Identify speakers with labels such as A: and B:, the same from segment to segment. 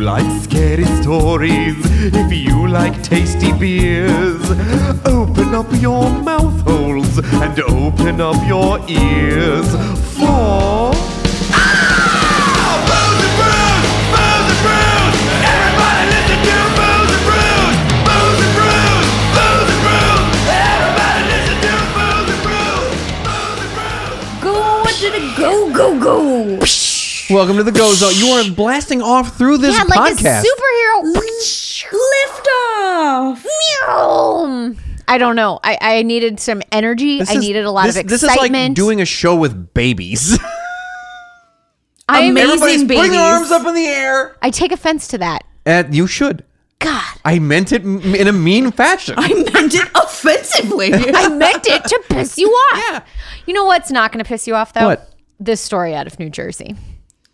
A: like scary stories, if you like tasty beers, open up your mouth holes and open up your ears for.
B: Go to the go go go.
C: Welcome to the Go Zone. You are blasting off through this
B: Yeah, like
C: podcast.
B: a superhero. Lift off. Meow. I don't know. I, I needed some energy.
C: This
B: I
C: is-
B: needed a lot
C: this-
B: of
C: This is like
B: excitement.
C: doing a show with babies.
B: I am-
C: Everybody's
B: amazing
C: putting
B: babies.
C: their arms up in the air.
B: I take offense to that.
C: And you should.
B: God,
C: I meant it m- in a mean fashion.
D: I meant it offensively.
B: I meant it to piss you off.
C: Yeah.
B: You know what's not going to piss you off though?
C: What?
B: This story out of New Jersey.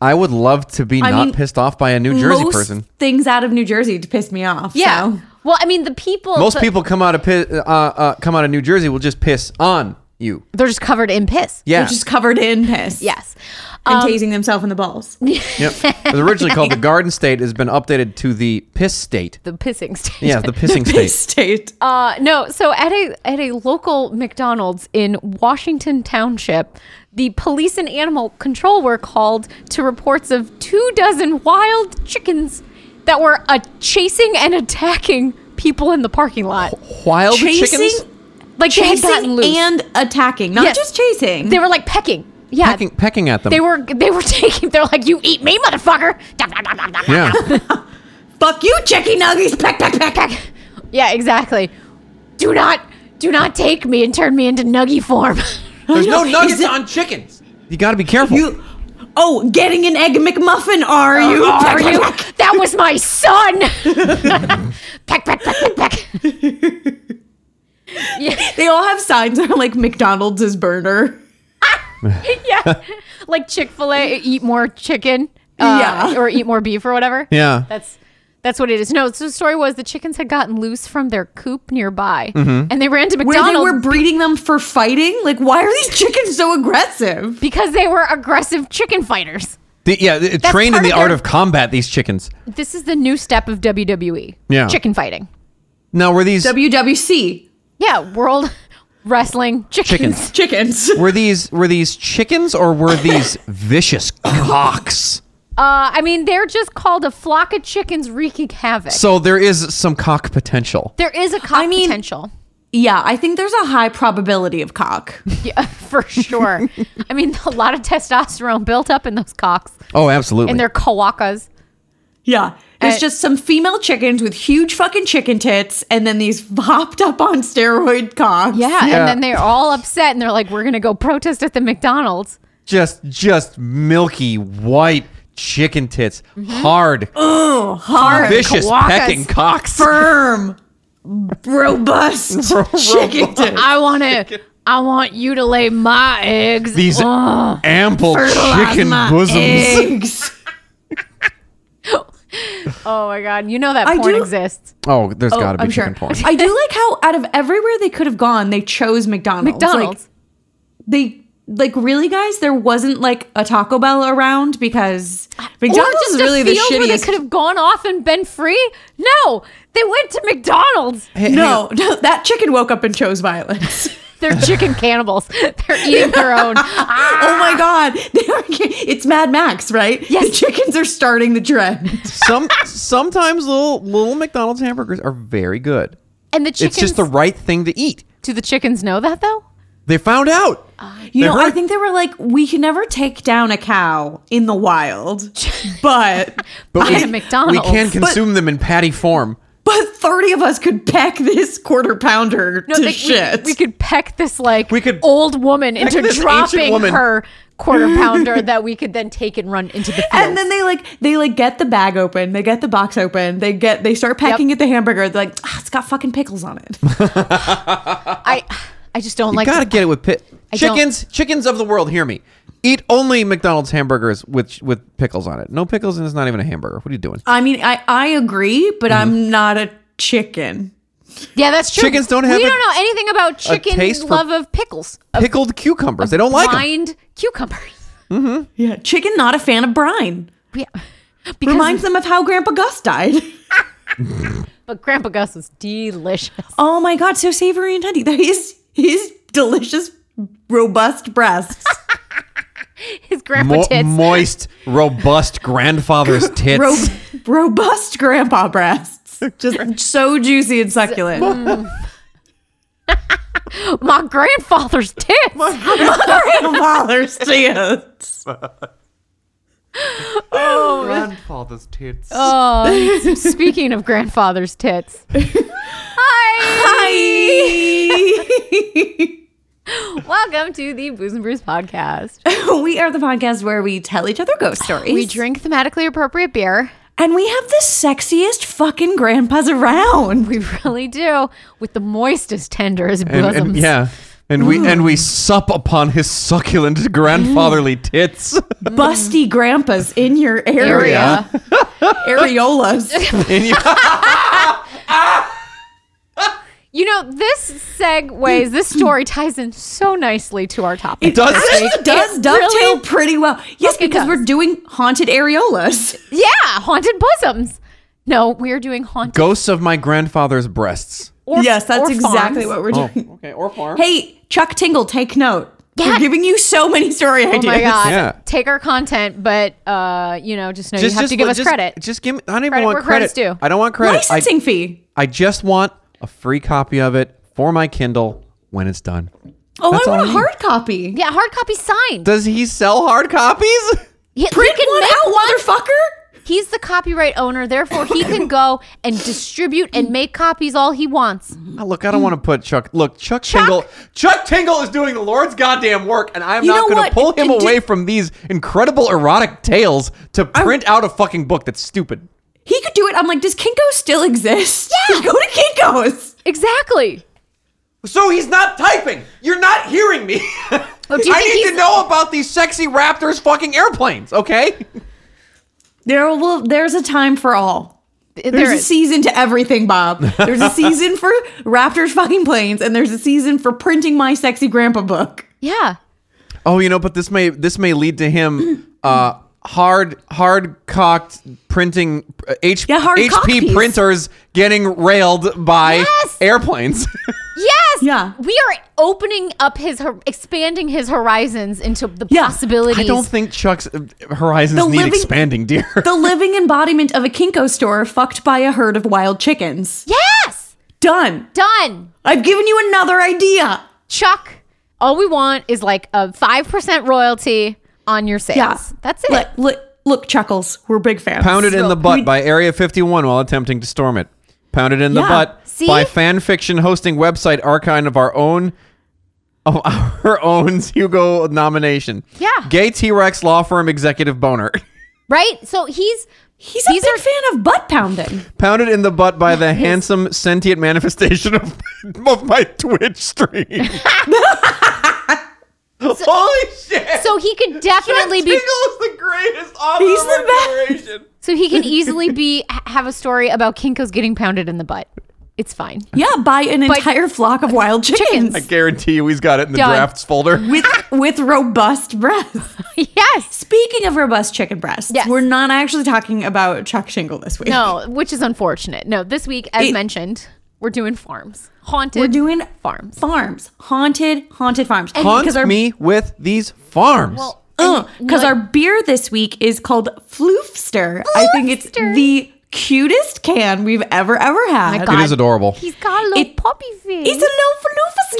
C: I would love to be
D: I
C: not
D: mean,
C: pissed off by a New Jersey
D: Most
C: person.
D: things out of New Jersey to piss me off.
B: Yeah.
D: so.
B: Well, I mean, the people.
C: Most
B: the-
C: people come out of pi- uh, uh, come out of New Jersey will just piss on you.
B: They're just covered in piss.
C: Yeah,
D: They're just covered in piss.
B: Yes.
D: And
B: um,
D: tasing themselves in the balls.
C: Yep. It was originally called the Garden State, has been updated to the Piss State.
B: The pissing stage.
C: Yeah, the pissing state.
D: State.
B: Uh, no, so at a at a local McDonald's in Washington Township, the police and animal control were called to reports of two dozen wild chickens that were uh, chasing and attacking people in the parking lot.
C: Wild
D: Chasing-
C: chickens
B: Like they had gotten
D: chasing
B: loose.
D: and attacking. Not
B: Yes.
D: just chasing.
B: they were like pecking. Yeah,
C: pecking, pecking at them.
B: they were they were taking. They're like, "You eat me, motherfucker!"
C: yeah.
D: Fuck you, chicky nuggies. Peck, peck, peck, peck.
B: yeah, exactly. Do not do not take me and turn me into nuggy form.
C: There's no nuggets
D: Is it-
C: on chickens. You got to be careful.
D: You. Oh, getting an egg McMuffin, are you?
B: Uh, are
D: Peck,
B: you?
D: peck, peck.
B: That was my son. peck, peck, peck, peck, peck. yeah,
D: They all have signs that are like McDonald's is burner.
B: yeah. Like Chick Fil A, eat more chicken. uh,
D: Yeah.
B: or eat more beef or whatever.
C: Yeah.
B: that's that's what it is. No, so the story was the chickens had gotten loose from their coop nearby,
C: Mm-hmm.
B: and they ran to
D: Where
B: McDonald's
D: they were breeding them for fighting? Like, why are these chickens so aggressive?
B: because they were aggressive chicken fighters.
C: The- yeah, th- trained in
B: part
C: the
B: of
C: art
B: their-
C: of combat. These chickens.
B: This is the new step of WWE.
C: Yeah.
B: chicken fighting.
C: Now were these
D: WWC,
B: Yeah, world wrestling
C: Chickens.
B: chickens.
D: chickens.
C: were these were these chickens or were these vicious cocks?
B: Uh, I mean, they're just called a flock of chickens wreaking havoc.
C: So there is some cock potential.
B: There is a cock
D: mean-
B: potential.
D: Yeah, I think there's a high probability of cock.
B: Yeah, for sure. I mean, a lot of testosterone built up in those cocks
C: Oh, absolutely.
B: and their kawakas.
D: Yeah. It's
B: Uh,
D: just some female chickens with huge fucking chicken tits and then these hopped up on steroid cocks.
B: Yeah,
C: Yeah.
B: and then they're all upset and they're like, "We're gonna go protest at the McDonald's."
C: just just milky white chicken tits, hard,
D: Hard,
C: vicious
B: Kawakas.
C: pecking cocks.
D: firm, robust chicken tits.
B: I want to. I want you to lay my eggs.
C: These ample chicken
D: Plasma
C: bosoms.
D: eggs.
B: oh my god, you know that
D: I
B: porn
D: do-
B: exists.
C: Oh, there's got to be
D: I'm sure.
C: chicken porn.
D: I do like how out of everywhere they could have gone, they chose McDonald's.
B: McDonald's.
D: Like, they like really guys, there wasn't like a Taco Bell around because McDonald's is really the
B: field where they
D: shittiest.
B: could have gone off and been free. No, they went to McDonald's.
C: Hey, hang on.
D: no, no, that chicken woke up and chose violence.
B: They're chicken cannibals. They're eating their own.
D: Oh my god, they are, it's Mad Max, right?
B: Yes.
D: the chickens are starting the trend.
C: Some sometimes little little McDonald's hamburgers are very good.
B: And the chickens.
C: It's just the right thing to eat.
B: do the chickens know that though?
C: They found out.
D: You
C: They
D: know, I
C: heard-
D: think they were like, we can never take down a cow in the wild, but
C: But
B: Buy
C: we,
B: a McDonald's.
C: we can consume them in patty form.
D: but thirty of us could pack this quarter pounder to
B: they- we-
D: shit.
B: We, could peck this like
C: We could
B: old woman into
C: this ancient
B: dropping
C: woman.
B: her quarter pounder that we could then take and run into the field.
D: and then they like they like get the bag open, they get the box open, they get they start packing at the hamburger. They're like, ah, it's got fucking pickles on it.
B: I, I just don't
C: You
B: like.
C: gotta get it with pit.
B: don't-
C: Chickens, chickens of the world, hear me. Eat only McDonald's hamburgers with with pickles on it. No pickles, and it's not even a hamburger. What are you doing?
B: Uh,
D: I mean, I I agree, but
C: Mm-hmm.
D: I'm not a chicken.
B: yeah, that's true.
C: Chickens don't have
B: We
C: a-
B: don't know anything about chicken
C: taste for
B: love of pickles. Of
C: Pickled cucumbers. They don't like them.
B: Blind cucumbers.
D: Yeah, chicken not a fan of brine.
B: Yeah. Because,
D: Reminds them of how Grandpa Gus died.
B: but Grandpa Gus was delicious.
D: Oh my God, so savory and nutty. His, his delicious, robust breasts.
B: His grandpa
C: Mo-
B: tits.
C: moist, robust grandfather's tits.
D: Ro- robust grandpa breasts. Just so juicy and succulent.
B: my grandfather's tits.
D: Grandfather's tits.
A: Grandfather's tits.
B: Oh, speaking of grandfather's tits. Hi.
D: Hi.
B: Welcome to the Booze and Brews podcast.
D: we are the podcast where we tell each other ghost stories.
B: We drink thematically appropriate beer.
D: And we have the sexiest fucking grandpas around.
B: We really do. With the moistest, tenderest
C: and,
B: bosoms.
C: and- yeah. And we and we sup upon his succulent grandfatherly tits
D: Busty grandpas in your area.
B: Area.
D: Areolas.
C: in your,
B: You know, this segues, this story ties in so nicely to our topic.
C: does it?
D: It does
B: It
D: dovetail
B: really
D: pretty well. Yes,
B: fucking
D: because
B: does.
D: we're doing haunted areolas.
B: Yeah, haunted bosoms. No, we're doing haunted.
C: Ghosts of my grandfather's breasts.
B: or-
D: yes, that's
B: or
D: exactly
B: fawns.
D: what we're doing.
C: Oh, okay, or farm.
D: Hey, Chuck Tingle, take note.
B: Yeah.
D: We're giving you so many story
B: Oh
D: ideas.
B: my god!
C: Yeah.
B: Take our content, but uh, you know, just know you have to give us
C: just-
B: credit.
C: Just give me. I don't even
B: Credit
C: want
B: where credit's
C: credit.
B: due.
C: I don't want credit. I-
D: Licensing fee.
C: I just want a free copy of it for my Kindle when it's done.
D: Oh,
C: That's
D: I
C: all I
D: want a
C: need.
D: hard copy.
B: yeah, hard copy signed.
C: Does he sell hard copies?
B: He- he
D: Print
B: can
D: one
B: make
D: out, motherfucker.
B: He's the copyright owner, therefore he can go and distribute and make copies all he wants.
C: Oh, look, I don't want to put Chuck. Look, Chuck, Tingle. Chuck Tingle is doing the Lord's goddamn work, and I'm
D: You
C: not
D: know
C: going to
D: what?
C: pull him
D: And do-
C: away from these incredible erotic tales to print out a fucking book that's stupid.
D: He could do it. I'm like, does Kinko still exist? Yeah. Go to Kinko's.
B: Exactly.
C: So he's not typing. You're not hearing me.
B: Oh, do you
C: I
B: think
C: need
B: he's-
C: to know about these sexy Raptors fucking airplanes. Okay.
D: There will. There's a time for all.
B: There
D: There's a
B: is-
D: season to everything, Bob. There's a season for Raptors fucking planes, and there's a season for printing my sexy grandpa book.
B: yeah.
C: Oh, you know, but this may this may lead to him uh hard hard cocked printing uh, H-
D: Yeah, hard
C: HP
D: cockpiece.
C: printers getting railed by
B: Yes!
C: airplanes.
B: Yes.
D: Yeah.
B: We are opening up his hor- expanding his horizons into the
D: Yeah.
B: possibilities.
C: I don't think Chuck's uh, horizons
D: The
C: need
D: living-
C: expanding, dear.
D: The living embodiment of a Kinko store fucked by a herd of wild chickens.
B: yes.
D: Done.
B: Done.
D: I've given you another idea.
B: Chuck, all we want is like a 5% royalty on your sales. That's it.
D: Look, look, look, Chuckles. We're big fans.
C: Pounded in
B: So-
C: the butt by Area 51 while attempting to storm it. Pounded in the
D: Yeah.
C: butt
B: See?
C: by fan fiction hosting website archive of our own of our own Hugo nomination.
B: Yeah.
C: Gay T-Rex law firm executive boner.
B: right? So he's
D: He's a
B: These
D: big
B: are-
D: fan of butt pounding.
C: pounded in the butt by the handsome sentient manifestation of, of my Twitch stream. Holy shit!
B: so he could definitely be
C: the greatest author
D: He's of the our best.
B: so he can easily be ha- have a story about Kinko's getting pounded in the butt. It's fine.
D: Yeah, by an entire flock of wild chickens,
C: I guarantee you he's got it in the
B: Done.
C: drafts folder.
D: with with robust breasts.
B: yes.
D: Speaking of robust chicken breasts,
B: Yes.
D: we're not actually talking about Chuck Shingle this week.
B: No, which is unfortunate. No, this week, as
D: It-
B: mentioned, we're doing farms. Haunted.
D: we're doing
B: farms.
D: farms, haunted, haunted farms.
C: Haunt
D: our,
C: me with these farms.
D: because Oh, our beer this week is called Floofster. I think it's
B: Floofster.
D: the cutest can we've ever ever had.
B: my
C: it
B: God.
C: is adorable.
B: He's got a little
D: It-
B: puppy face.
D: It's a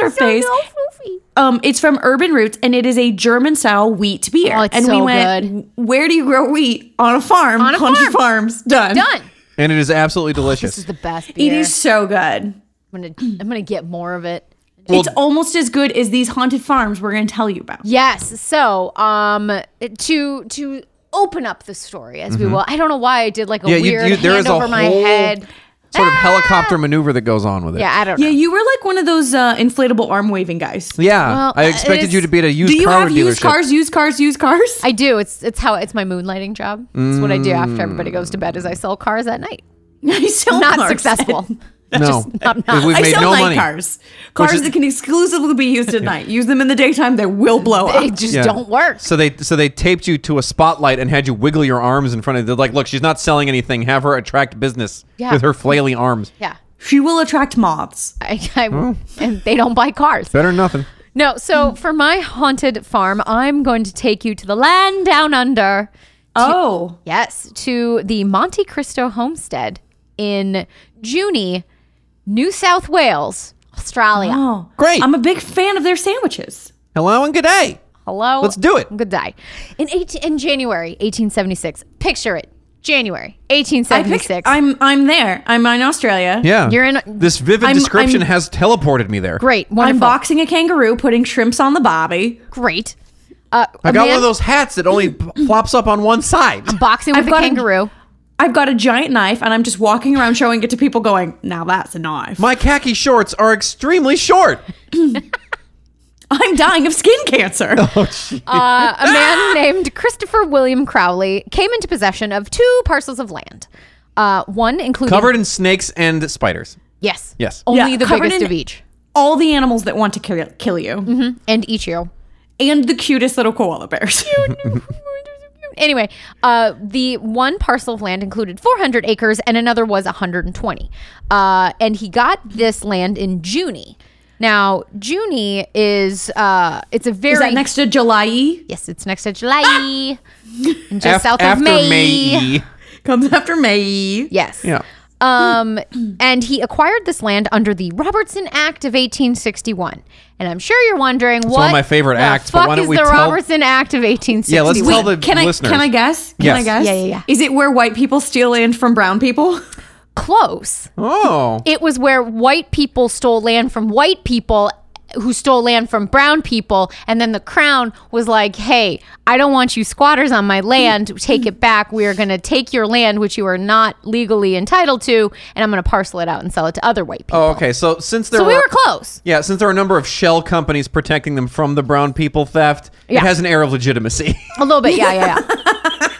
D: little Floofster
B: So
D: face.
B: little floofy.
D: Um, it's from Urban Roots, and it is a German style wheat beer.
B: Oh, it's
D: and we
B: so
D: went, where do you grow wheat on a farm?
B: On a
D: Haunted
B: farm.
D: farms. Done.
B: Done.
C: And it is absolutely
B: Oh, This is
C: delicious.
B: the best
D: It
B: beer.
D: is so good.
B: I'm gonna I'm gonna get more of it.
D: it's almost as good as these haunted farms we're going to tell you about.
B: Yes. So, um, to to open up the story as we will. I don't know why I did like a
C: Mm-hmm. Yeah, you-
B: weird
C: you- there
B: hand
C: is a
B: over my
C: whole
B: head.
C: Sort of helicopter maneuver that goes on with it.
B: Ah! Yeah, I don't
D: Yeah,
B: know.
D: you were like one of those uh, inflatable arm waving guys.
C: Yeah,
B: Well,
C: I
B: it
C: expected
B: is-
C: you to be at a used
D: Do you
C: car
D: have used
C: dealership.
D: cars, used cars, used cars?
B: I do. It's it's how it's my moonlighting job. It's what I do after everybody goes to bed. Is I sell cars at night.
D: I still
B: Not
D: am upset.
B: successful.
C: Oh, No,
B: I'm not.
C: we've
D: I
C: made
D: still
C: no
D: like
C: money.
D: cars. Cars
C: is-
D: that can exclusively be used at night. Use them in the daytime, they will blow
B: They
D: up.
B: just
C: Yeah.
B: don't work.
C: So they so they taped you to a spotlight and had you wiggle your arms in front of. They're like, look, she's not selling anything. Have her attract business
B: Yeah.
C: with her flailing arms.
B: yeah.
D: She will attract moths.
B: I, I, And they don't buy cars.
C: Better than nothing.
B: No, so
C: Hmm.
B: for my haunted farm, I'm going to take you to the land down under.
D: Oh,
B: Yes, to the Monte Cristo homestead in Junie, New South Wales, Australia.
D: oh,
C: Great.
D: I'm a big fan of their sandwiches.
C: Hello and good day.
B: Hello.
C: Let's do it.
B: Good day. In 18, in January 1876. Picture it. January
D: I pick-
B: 1876.
D: I'm I'm there. I'm in Australia.
C: Yeah,
B: You're in-
C: This vivid
D: I'm-
C: description
D: I'm-
C: has teleported me there.
B: great.
D: I'm
B: Wonderful.
D: boxing a kangaroo, putting shrimps on the bobby.
B: Great. Uh,
C: I
B: a
C: got
B: man
C: one of those hats that only p- flops up on one side.
B: boxing with
D: I've
B: a
D: got a-
B: kangaroo.
D: I've got a giant knife, and I'm just walking around showing it to people, going, "Now that's a knife."
C: My khaki shorts are extremely short.
D: I'm dying of skin cancer.
B: Uh, a man named Christopher William Crowley came into possession of two parcels of land. Uh, one including
C: Covered in snakes and spiders.
B: yes,
C: Yes.
B: only
D: Yeah,
B: the
D: covered
B: biggest
D: in-
B: of each,
D: All the animals that want to kill, kill you,
C: Mm-hmm.
B: and Ichio.
D: and the cutest little koala bears.
B: Anyway, uh, the one parcel of land included 400 acres, and another was 120. Uh, and he got this land in Junie. Now, Junie is uh, it's a very
D: Is that next Ah! to July?
B: yes, it's next to July, and just
C: Af-
B: south of
C: after
B: May.
C: May.
D: Comes after May.
B: Yes.
C: Yeah.
B: Um, and he acquired this land under the Robertson Act of 1861. And I'm sure you're wondering what
C: one of my favorite
B: the
C: acts, but
B: Fuck
C: why don't
B: is
C: we
B: the
C: tell-
B: Robertson Act of 1861?
C: Yeah, let's tell the
D: Can I
C: listeners.
D: can I guess? Can
C: Yes.
D: I guess?
B: Yeah, yeah, yeah.
D: Is it where white people steal land from brown people?
B: Close.
C: Oh.
B: It was where white people stole land from white people who stole land from brown people and then the crown was like hey i don't want you squatters on my land take it back we are going to take your land which you are not legally entitled to and i'm going to parcel it out and sell it to other white people
C: Oh, okay. So since there
B: so
C: were,
B: we were close
C: yeah, since there are a number of shell companies protecting them from the brown people theft,
B: Yeah.
C: it has an air of legitimacy.
B: a little bit yeah yeah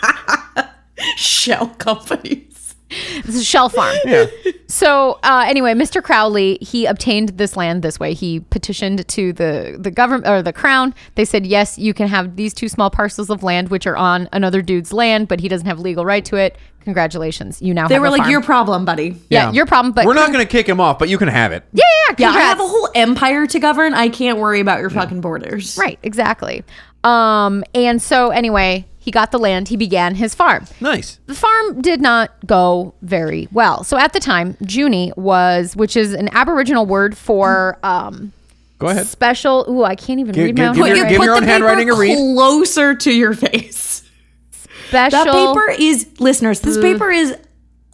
B: yeah
D: Shell companies.
B: It's a shell farm.
C: yeah.
B: So uh, anyway, Mr. Crowley he obtained this land this way. He petitioned to the the government or the crown. They said yes, you can have these two small parcels of land, which are on another dude's land, but he doesn't have legal right to it. Congratulations, you now
D: They
B: have
D: were
B: a
D: like
B: farm.
D: your problem, buddy.
B: yeah, your problem. But
C: we're not going to kick him off, but you can have it.
B: yeah yeah
D: Yeah, I
B: congrats.
D: have a whole empire to govern. I can't worry about your fucking borders.
B: right exactly. Um and so anyway, he got the land. He began his farm.
C: Nice.
B: the farm did not go very well. So at the time, Junie was, which is an Aboriginal word for um,
C: Go ahead.
B: special. Ooh, I can't even read my
C: give- give
B: own
C: your-
B: handwriting.
C: give your own
D: the paper
C: handwriting a read.
D: Closer to your face. That
B: special.
D: paper is listeners. This paper is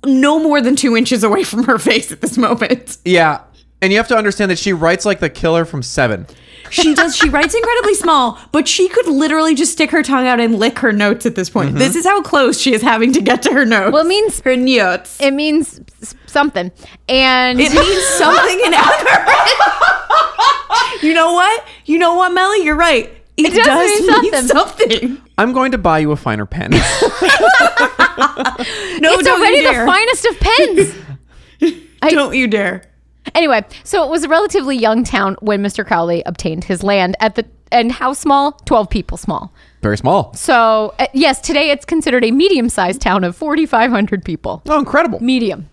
D: no more than two inches away from her face at this moment.
C: Yeah. And you have to understand that she writes like the killer from Seven.
D: She does. She writes incredibly small, but she could literally just stick her tongue out and lick her notes at this point.
C: Mm-hmm.
D: This is how close she is having to get to her notes.
B: Well, it means
D: her notes.
B: it means s- something, and
D: It means something in algorithm. you know what? You know what, Melly? You're right. It,
B: does
D: does,
B: mean
D: mean something.
C: I'm going to buy you a finer pen.
D: Oh, No,
B: it's
D: don't
B: already
D: you
B: the
D: dare.
B: finest of pens.
D: don't you dare.
B: Anyway, so it was a relatively young town when Mr. Crowley obtained his land at the and how small? Twelve people small.
C: Very small.
B: So uh, yes, today it's considered a medium-sized town of forty-five hundred people.
C: Oh, incredible.
B: Medium.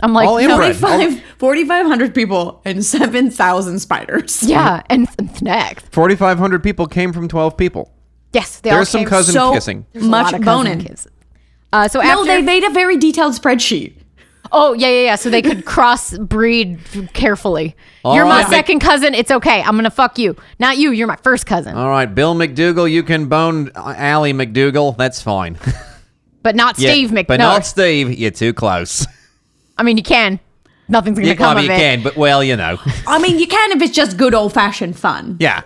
B: I'm like
C: All
B: no,
C: inbred.
D: 45 4,500 people and 7,000 spiders.
B: Yeah, and th- snacks.
C: 4,500 people came from 12 people.
B: Yes, they all
C: There's some
B: came-
C: cousin
D: So
C: kissing.
B: a lot
D: much
B: of cousin
D: boning.
B: kids. Uh, so
D: No,
B: after,
D: they made a very detailed spreadsheet.
B: oh yeah, yeah, yeah. So they could cross breed carefully.
C: All
B: you're my
C: right.
B: second cousin. It's okay. I'm gonna fuck you, not you. You're my first cousin,
C: All right, Bill McDougal, you can bone Allie McDougal. That's fine.
B: but not
C: Yeah,
B: Steve Mc.
C: But
B: no,
C: not Steve. You're too close.
B: I mean you can. Nothing's gonna
C: You,
B: come
C: I mean,
B: of
C: you
B: it.
C: can, but well, you know.
D: I mean, you can if it's just good old fashioned fun.
C: Yeah.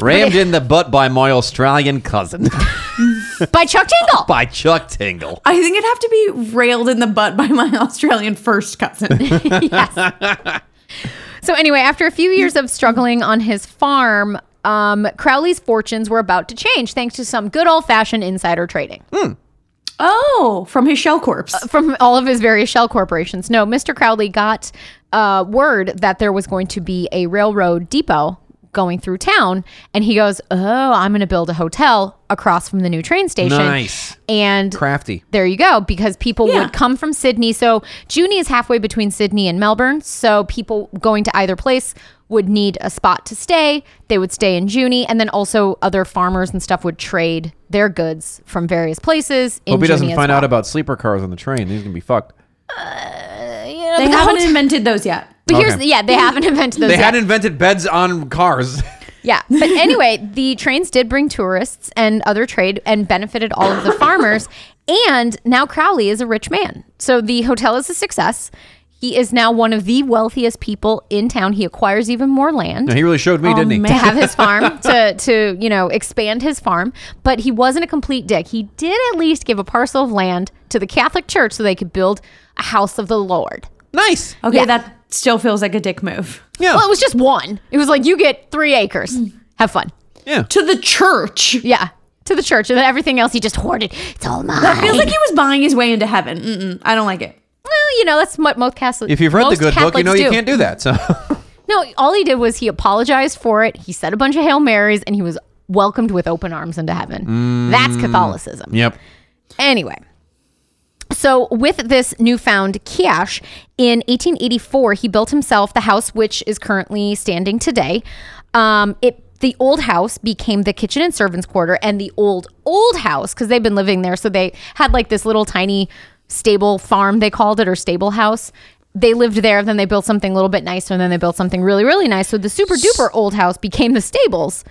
C: Rammed in the butt by my Australian cousin,
B: By Chuck Tingle.
C: by Chuck Tingle.
D: I think it'd have to be railed in the butt by my Australian first cousin.
B: So anyway, after a few years of struggling on his farm, um, Crowley's fortunes were about to change thanks to some good old fashioned insider trading.
D: Oh, from his shell corpse.
B: from all of his various shell corporations. No, Mr. Crowley got uh, word that there was going to be a railroad depot going through town, and he goes, "Oh, I'm going to build a hotel across from the new train station."
C: Nice.
B: and.
C: Crafty.
B: there you go, because people
D: Yeah.
B: would come from Sydney. So Junie is halfway between Sydney and Melbourne. So people going to either place would need a spot to stay. They would stay in Junie, and then also other farmers and stuff would trade their goods from various places. In
C: Hope he doesn't
B: Junee as
C: find
B: well.
C: out about sleeper cars on the train. He's gonna be fucked.
B: Yeah,
D: They
B: but the
D: haven't
B: hotel-
D: invented those yet.
B: But here's
C: Okay.
B: the, yeah, they haven't invented those
C: They
B: yet.
C: had invented beds on cars.
B: yeah. But anyway, the trains did bring tourists and other trade and benefited all of the farmers. And now Crowley is a rich man. So the hotel is a success. He is now one of the wealthiest people in town. He acquires even more land.
C: No, he really showed me, didn't he?
B: to have his farm to to you know expand his farm but he wasn't a complete dick he did at least give a parcel of land to the catholic church so they could build a house of the lord
C: Nice.
D: Okay,
B: Yeah.
D: that still feels like a dick move.
C: Yeah.
B: Oh, well it was just one it was like you get three acres have fun
C: yeah.
D: To the church.
B: Yeah, to the church, and then everything else he just hoarded. It's all mine.
D: That feels like he was buying his way into heaven. Mm-mm, I don't like it.
B: well, you know, that's what most Catholics.
C: If you've read the
B: most
C: good book, you
B: Catholics
C: know you can't do that. So
B: No, all he did was he apologized for it. He said a bunch of hail marys, and he was welcomed with open arms into heaven.
C: Mm.
B: That's Catholicism.
C: Yep.
B: Anyway. So, with this newfound cash, in 1884, he built himself the house which is currently standing today. Um, it the old house became the kitchen and servants' quarter, and the old old house because they've been living there, so they had like this little tiny stable farm they called it or stable house. They lived there, then they built something a little bit nicer, and then they built something really really nice. So the super duper old house became the stables.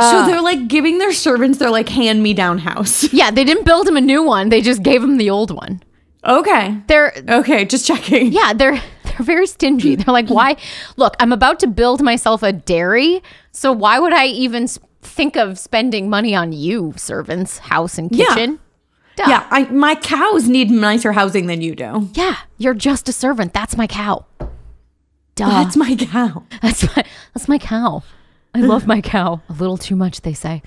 D: so they're like giving their servants their like hand me down house.
B: Yeah, they didn't build him a new one; they just gave him the old one.
D: Okay.
B: They're
D: Okay, just checking.
B: yeah they're they're very stingy
D: Hmm.
B: they're like why look i'm about to build myself a dairy so why would i even s- think of spending money on you servants house and
D: Yeah.
B: kitchen Duh.
D: Yeah, I, my cows need nicer housing than you do.
B: yeah you're just a servant that's my cow Duh.
D: That's my cow.
B: That's my that's my cow. I love my cow. A little too much, they say.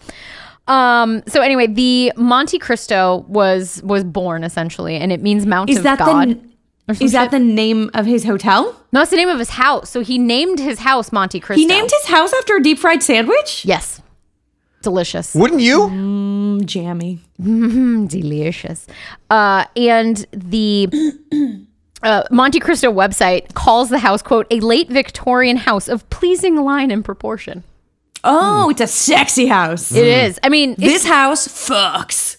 B: Um, so anyway, the Monte Cristo was was born essentially, and it means Mount
D: Is
B: of
D: that
B: God.
D: the
B: some
D: Oh, is
B: shit.
D: that the name of his hotel?
B: no, it's the name of his house. So he named his house Monte Cristo.
D: He named his house after a deep fried sandwich.
B: Yes. Delicious.
C: Wouldn't you?
D: Mm, jammy.
B: Mm, delicious. Uh, and the uh, Monte Cristo website calls the house, quote, a late Victorian house of pleasing line and proportion. Mm.
D: Oh, it's a sexy house.
B: It is. I mean, it's-
D: this house fucks.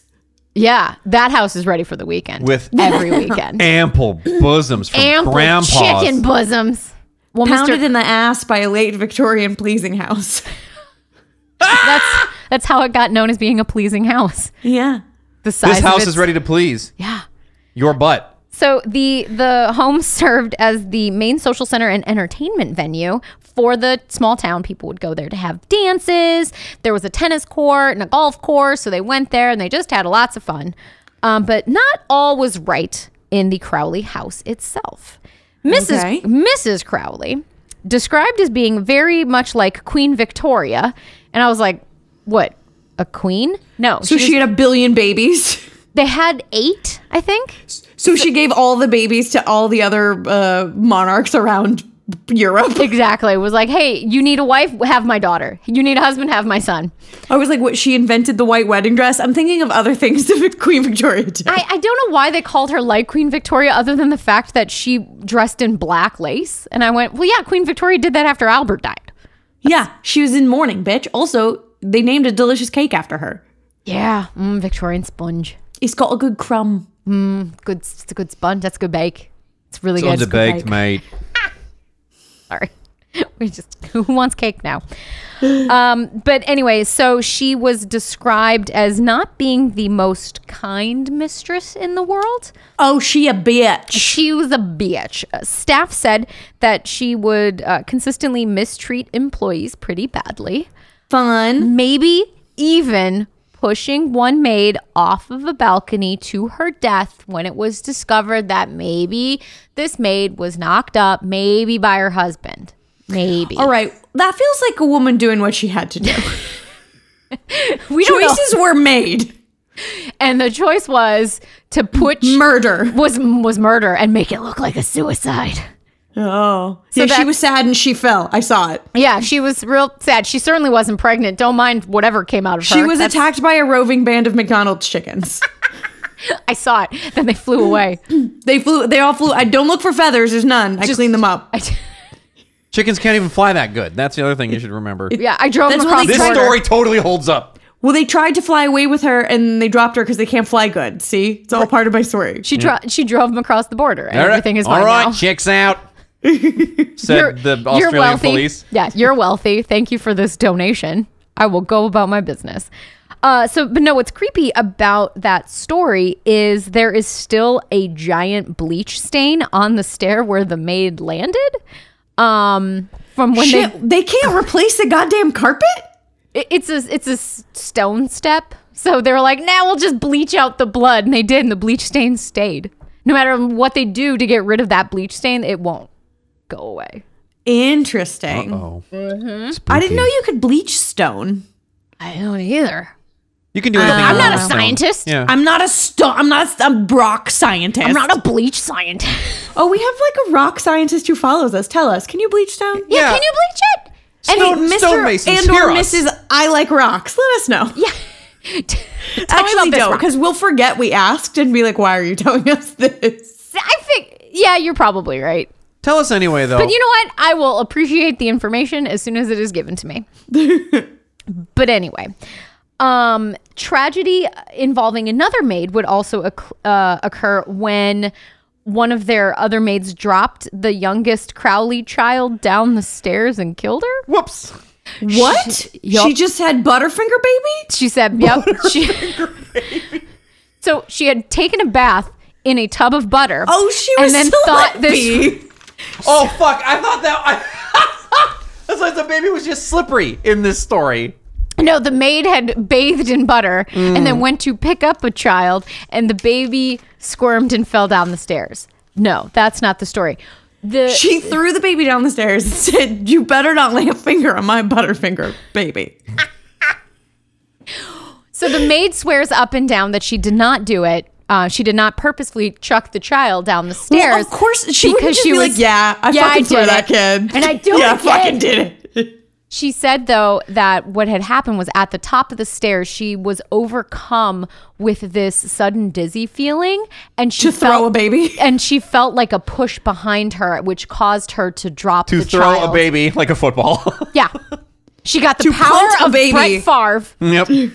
B: yeah, that house is ready for the weekend.
C: With-
B: every weekend.
C: Ample bosoms from
B: Ample
C: grandpa's.
B: chicken bosoms. Well,
D: Pounded
B: Mr.
D: in the ass by a late Victorian pleasing house.
B: that's that's how it got known as being a pleasing house.
D: Yeah.
B: The size
C: This
B: of
C: house
B: its-
C: is ready to please
B: Yeah.
C: your butt.
B: So the the home served as the main social center and entertainment venue for the small town. People would go there to have dances. There was a tennis court and a golf course, so they went there and they just had lots of fun. Um, but not all was right in the Crowley house itself. Mrs.
D: Okay.
B: Mrs. Crowley described as being very much like Queen Victoria, and I was like, "What? A queen? No.
D: So she had a billion babies.
B: they had eight, I think.
D: So she gave all the babies to all the other uh, monarchs around Europe.
B: Exactly. It was like, hey, you need a wife? Have my daughter. You need a husband? Have my son.
D: I was like, what? She invented the white wedding dress. I'm thinking of other things that Queen Victoria did.
B: I, I don't know why they called her like Queen Victoria, other than the fact that she dressed in black lace. And I went, well, yeah, Queen Victoria did that after Albert died.
D: yeah, she was in mourning, bitch. Also, they named a delicious cake after her.
B: Yeah. Mm, Victorian sponge.
D: It's got a good crumb.
B: Good, it's a good sponge. That's good bake. It's really good. It's good
C: Underbaked,
B: bake.
C: mate.
B: Sorry. We just who wants cake now? Um, but anyway, so she was described as not being the most kind mistress in the world.
D: Oh, she a bitch.
B: She was a bitch. Uh, Staff said that she would uh, consistently mistreat employees pretty badly,
D: Fun.
B: maybe even pushing one maid off of a balcony to her death when it was discovered that maybe this maid was knocked up, maybe by her husband. Maybe.
D: All right, that feels like a woman doing what she had to do.
B: we don't know.
D: Choices were made.
B: And the choice was to put
D: Mm-hmm. Murder.
B: was was murder and make it look like a suicide.
D: Oh. So she
B: that-
D: was sad and she fell. I saw it.
B: Yeah, she was real sad. She certainly wasn't pregnant. Don't mind whatever came out of her.
D: She was
B: That's-
D: attacked by a roving band of McDonald's chickens.
B: I saw it. Then they flew away.
D: they flew they all flew. I don't look for feathers, there's none. I cleaned them up.
B: I,
C: Chickens can't even fly that good. That's the other thing you should remember.
B: yeah, I drove them
D: That's what
B: across
D: they
B: the
C: This
D: Sure.
B: border.
C: story totally holds up.
D: Well, they tried to fly away with her and they dropped her because they can't fly good. See? It's all part of my story.
B: She dro- she drove them across the border. And
C: All right.
B: Everything is fine
C: All right,
B: now.
C: chicks out. Said the Australian
B: wealthy.
C: police.
B: Yeah, you're wealthy. Thank you for this donation. I will go about my business. Uh, so, but no, what's creepy about that story is there is still a giant bleach stain on the stair where the maid landed. Um, from when
D: Shit,
B: they,
D: they can't replace the goddamn carpet?
B: it- it's a it's a s- stone step. So they were like, now we'll just bleach out the blood, and they did, and the bleach stain stayed. No matter what they do to get rid of that bleach stain, it won't go away.
D: Interesting.
C: Oh,
B: Mm-hmm.
D: I didn't know you could bleach stone.
B: I don't either.
C: you can do anything.
B: Uh, I'm
C: with
B: not a
C: stone.
B: scientist.
C: Yeah.
D: I'm not a stone. I'm not a, st- a rock scientist.
B: I'm not a bleach scientist.
D: Oh, we have like a rock scientist who follows us. Tell us, can you bleach stone?
B: yeah,
C: Yeah.
B: can you bleach it? And
C: Stone-
B: he-
D: Mr.
C: stonemasons,
D: and or
C: hear us.
D: Mrs. I like rocks. Let us know.
B: yeah. Tell me
D: Actually,
B: about this
D: don't
B: rock.
D: because we'll forget we asked and be like, "Why are you telling us this?"
B: I think yeah, you're probably right.
C: Tell us anyway, though.
B: But you know what? I will appreciate the information as soon as it is given to me. but anyway, um, tragedy involving another maid would also occ- uh, occur when one of their other maids dropped the youngest Crowley child down the stairs and killed her.
C: Whoops.
D: What?
B: yup.
D: She just had Butterfinger baby.
B: She said, "Yep." She, so she had taken a bath in a tub of butter.
D: Oh, she was
B: and then
D: so
B: thought this.
D: happy.
C: Oh fuck! I thought that. I, that's why the baby was just slippery in this story.
B: No, the maid had bathed in butter and
D: Mm.
B: then went to pick up a child, and the baby squirmed and fell down the stairs. No, that's not the story. The
D: She threw the baby down the stairs and said, "You better not lay a finger on my Butterfinger baby."
B: so the maid swears up and down that she did not do it. Uh, she did not purposefully chuck the child down the stairs.
D: Well, of course, she wouldn't just be like, "Yeah, I
B: Yeah,
D: fucking
B: I
D: swear
B: did
D: that
B: it.
D: kid,
B: And I do
D: yeah,
B: it
D: I fucking
B: again."
D: did it."
B: She said, though, that what had happened was at the top of the stairs, she was overcome with this sudden dizzy feeling, and she
D: To throw
B: felt-
D: a baby?
B: and she felt like a push behind her, which caused her to drop
C: To
B: the
C: throw
B: child.
C: a baby like a football.
B: Yeah, she got the
D: To
B: power
D: punt a
B: of
D: baby.
B: Brett Favre.
C: yep.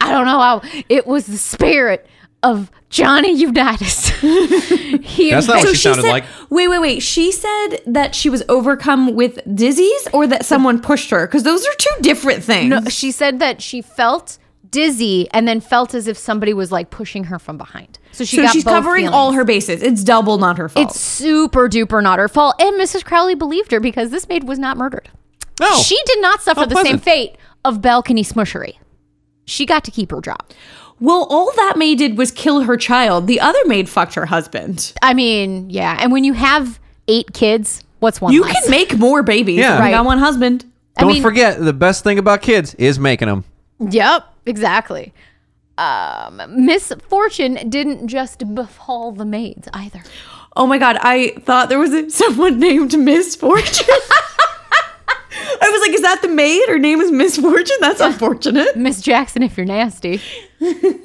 B: I don't know how it was the spirit of Johnny Unitas. he
C: That's not what
B: infected-
C: she sounded
D: said,
C: like.
D: Wait, wait, wait. She said that she was overcome with disease or that someone pushed her because those are two different things.
B: No, she said that she felt dizzy and then felt as if somebody was like pushing her from behind. So she
D: so
B: got
D: she's
B: both
D: covering
B: feelings.
D: all her bases. It's double, not her fault.
B: It's super duper not her fault. And Mrs. Crowley believed her because this maid was not murdered.
C: No.
B: She did not suffer
C: How
B: the same
C: pleasant.
B: fate of balcony smushery. She got to keep her job.
D: well, all that maid did was kill her child. The other maid fucked her husband.
B: I mean, yeah. And when you have eight kids, what's one?
D: You
B: less?
D: can make more babies.
C: Yeah.
D: Yeah, I
C: Right.
D: got one husband.
B: I
C: Don't
B: mean-
C: forget the best thing about kids is making them.
B: Yep, exactly. Um, misfortune didn't just befall the maids either.
D: Oh my god, I thought there was a, someone named Misfortune. I was like, is that the maid? Her name is Misfortune. That's unfortunate.
B: Miss Jackson, if you're nasty.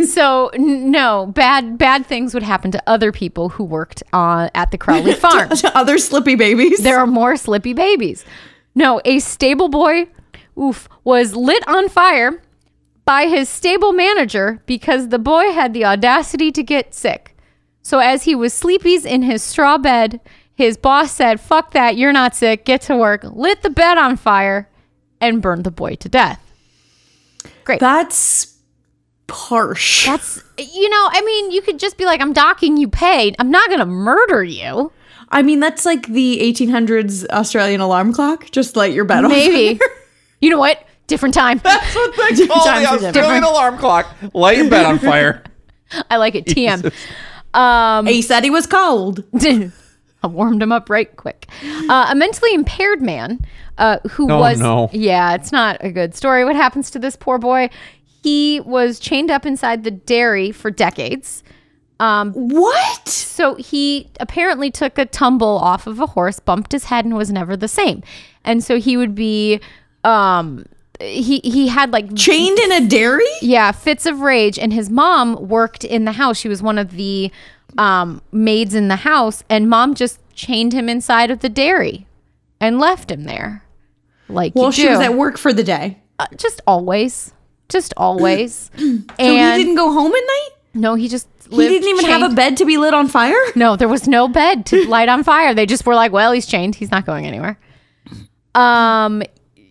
B: so n- no, bad bad things would happen to other people who worked on at the Crowley farm.
D: Other slippy babies.
B: there are more slippy babies. No, a stable boy, oof, was lit on fire by his stable manager because the boy had the audacity to get sick. So as he was sleepies in his straw bed, his boss said, "Fuck that, you're not sick. Get to work." Lit the bed on fire and burned the boy to death. Great.
D: That's harsh.
B: That's you know, I mean, you could just be like, "I'm docking you paid. I'm not going to murder you."
D: I mean, that's like the 1800s Australian alarm clock. Just light your bed on
B: Maybe. you know what? Different time.
C: That's what they call
D: Times
C: the
D: are
C: Australian
D: different.
C: alarm clock. Light your bed on fire.
B: I like it. TM.
D: fire. He said he was cold.
B: I warmed him up right quick. Uh, a mentally impaired man uh, who
C: Oh,
B: was.
C: no.
B: Yeah, it's not a good story. What happens to this poor boy? He was chained up inside the dairy for decades. Um,
D: What?
B: so he apparently took a tumble off of a horse, bumped his head, and was never the same. And so he would be, um, he he had like
D: Chained in a dairy?
B: yeah fits of rage. And his mom worked in the house. She was one of the um, maids in the house, and mom just chained him inside of the dairy and left him there. Like
D: Well,
B: you
D: she
B: do.
D: was at work for the day.
B: Uh, just always, just always. and
D: So he didn't go home at night?
B: no, he just
D: He
B: lived
D: didn't even have
B: chained.
D: a bed to be lit on fire?
B: No, there was no bed to light on fire. They just were like, well, he's chained. He's not going anywhere. Um,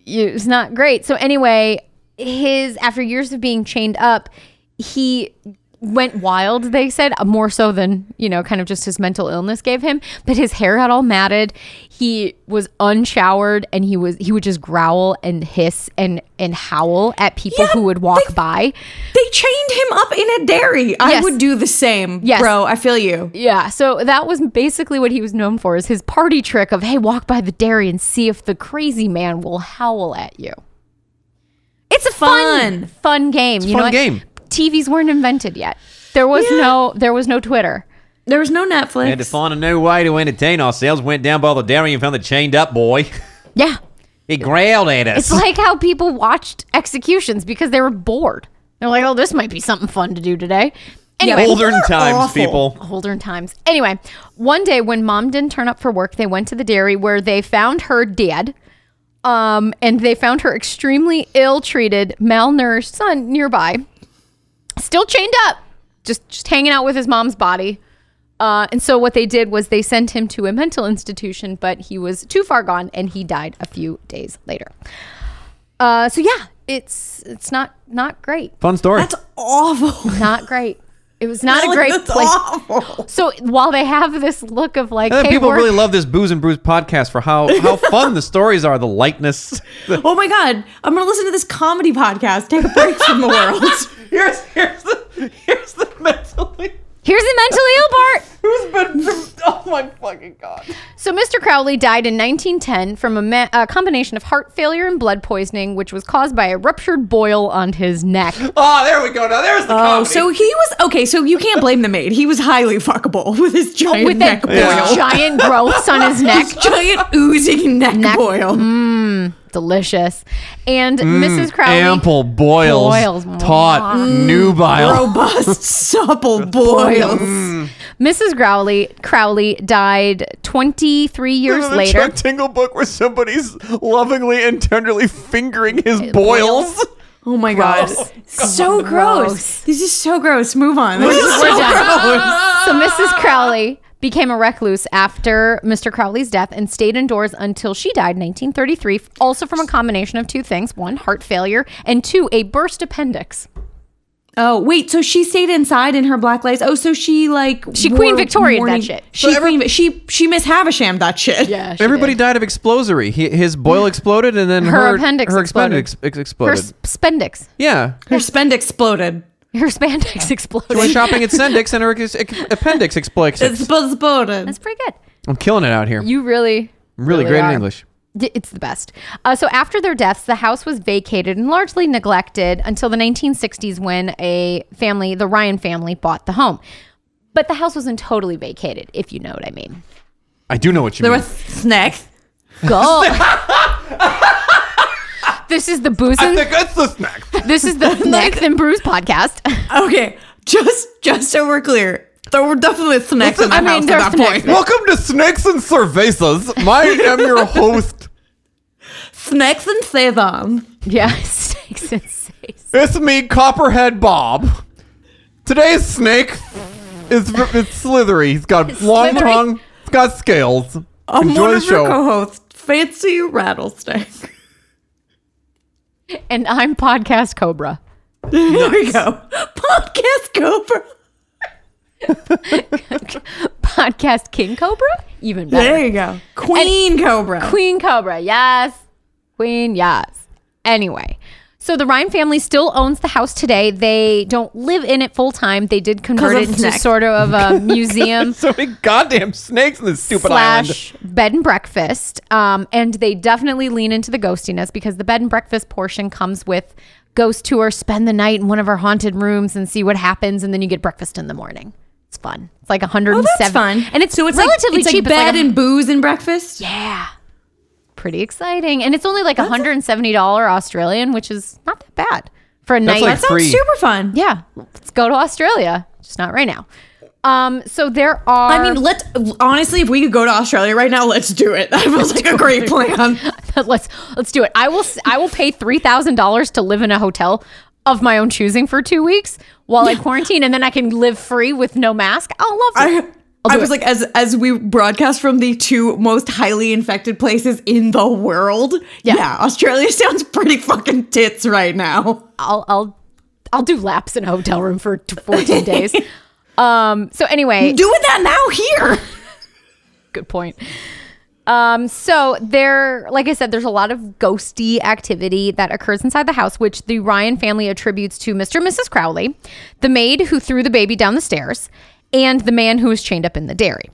B: it's not great. So anyway, his after years of being chained up, he went wild. They said more so than you know, kind of just his mental illness gave him. But his hair got all matted. He was unshowered, and he was he would just growl and hiss and and howl at people
D: Yeah,
B: who would walk
D: they-
B: by.
D: They chained him up in a dairy. I
B: Yes.
D: would do the same.
B: Yes.
D: Bro, I feel you.
B: Yeah, so that was basically what he was known for is his party trick of hey, walk by the dairy and see if the crazy man will howl at you. It's a fun
D: Fun.
B: fun, game. you
C: fun
B: know what?
C: game.
B: TVs weren't invented yet. There was
D: Yeah.
B: no there was no Twitter.
D: There was no Netflix.
C: Had to find a new way to entertain ourselves. Went down by the dairy and found the chained up boy.
B: Yeah.
C: He growled at
B: It's
C: us.
B: like how people watched executions because they were bored. They're like, "Oh, this might be something fun to do today." Anyway,
C: Older
D: They're
C: times,
D: awful.
C: people.
B: older times. Anyway, one day when mom didn't turn up for work, they went to the dairy where they found her dead. Um, and they found her extremely ill treated, malnourished son nearby, still chained up, just, just hanging out with his mom's body. Uh, and so what they did was they sent him to a mental institution, but he was too far gone and he died a few days later. Uh, so yeah, it's it's not not great,
C: Fun story.
D: That's awful.
B: not great. It was not a
D: Like,
B: great
D: that's
B: place.
D: awful.
B: So while they have this look of like,
C: I think
B: hey,
C: people
B: we're-
C: really love this booze and brews podcast for how how fun the stories are, the lightness.
D: Oh my god, I'm gonna listen to this comedy podcast. Take a break from the world.
C: here's here's the here's the mentally.
B: here's the mentally ill part.
C: Who's been? Oh my fucking god!
B: So Mr. Crowley died in 1910 from a, ma- a combination of heart failure and blood poisoning, which was caused by a ruptured boil on his neck.
C: Oh, there we go. Now there's the
D: Oh, so he was okay. So you can't blame the maid. He was highly fuckable with his giant
B: With
D: neck
B: that
D: boil,
B: giant growths on his neck.
D: His giant oozing neck, boil.
B: Delicious. And Mrs. Crowley.
C: Mm, ample boils,
B: Boils.
C: taut, nubile.
D: Robust, supple boils.
B: Mrs. Crowley, Crowley died 23 years
A: There's a
B: later.
A: Chuck Tingle book where somebody's lovingly and tenderly fingering his boils.
D: Oh my god, so gross.
B: Gross.
D: This is so gross. Move on. This is
B: We're
D: so
B: done.
D: gross.
B: So Mrs. Crowley became a recluse after Mr. Crowley's death and stayed indoors until she died in 1933, also from a combination of two things one, heart failure, and two, a burst appendix.
D: Oh wait, so she stayed inside in her black lights. Oh, so she like
B: She
D: wore
B: Queen Victoria'd that
D: morning-
B: shit.
D: She queen, she she Miss Havisham that shit. Yeah.
C: Everybody died of explosory. He, his boil exploded, and then
B: Her
C: her,
B: appendix
C: her
B: exploded.
C: appendix ex-
B: Her
C: exploded.
B: sp- spendex.
C: yeah,
D: Her spend exploded.
B: Her spandex exploded.
C: she went shopping at Sendix, and her ex- ex- appendix exploded.
D: Exploded.
B: That's pretty good.
C: I'm killing it out here.
B: You really.
C: I'm really, great
B: are.
C: in English.
B: D- It's the best. Uh, so after their deaths, the house was vacated and largely neglected until the 1960s when a family, the Ryan family, bought the home. But the house wasn't totally vacated, if you know what I mean.
C: I do know what you
D: There
C: mean.
D: was snacks.
B: Go. this is the booze and
A: That's the snack.
B: this is the neck and brews podcast.
D: Okay, just just so we're clear, there were definitely snacks in the
B: I mean,
D: house
B: there's
D: at that
B: snacks.
D: point.
A: Welcome to Snakes and Cervezas. I am your host.
D: Snacks and seitan.
B: yeah, snakes and says.
A: It's me, Copperhead Bob. Today's snake is it's slithery. He's got
B: It's
A: long
B: slithery.
A: tongue. It's got scales.
D: I'm
A: Enjoy
D: one
A: the
D: of your
A: show.
D: co-hosts, Fancy Rattlesnake.
B: And I'm podcast Cobra.
D: there we go. Podcast Cobra.
B: Podcast King Cobra? Even better.
D: There you go. Queen Cobra.
B: Queen Cobra, yes. Queen, yes. Anyway, so the Ryan family still owns the house today. They don't live in it full time. They did convert
D: of
B: it into
D: snacks.
B: sort of a museum
A: So many goddamn snakes in this stupid island.
B: slash bed and breakfast. Um, and they definitely lean into the ghostiness because the bed and breakfast portion comes with ghost tour, spend the night in one of our haunted rooms and see what happens, and then you get breakfast in the morning. It's fun. It's like 107.
D: Oh, fun.
B: And it's
D: so it's
B: relatively
D: like, it's
B: cheap.
D: Like bed
B: it's like a-
D: and booze and breakfast.
B: yeah. Pretty exciting. And it's only like $170 Australian, which is not that bad for a night.
C: like
D: that sounds
C: free.
D: super fun.
B: yeah. Let's go to Australia. Just not right now. Um, so there are
D: I mean, let's honestly, if we could go to Australia right now, let's do it. That was like a great plan.
B: let's let's do it. I will s- I will pay three thousand dollars to live in a hotel of my own choosing for two weeks while I quarantine, and then I can live free with no mask. I'll love
D: I,
B: it.
D: I
B: do
D: was
B: it.
D: like, as as we broadcast from the two most highly infected places in the world.
B: Yeah.
D: Australia sounds pretty fucking tits right now.
B: I'll I'll I'll do laps in a hotel room for t- fourteen days. Um. So anyway,
D: Doing that now here.
B: good point. Um, so there, like I said, there's a lot of ghosty activity that occurs inside the house, which the Ryan family attributes to Mr. and Mrs. Crowley, the maid who threw the baby down the stairs, and the man who was chained up in the dairy.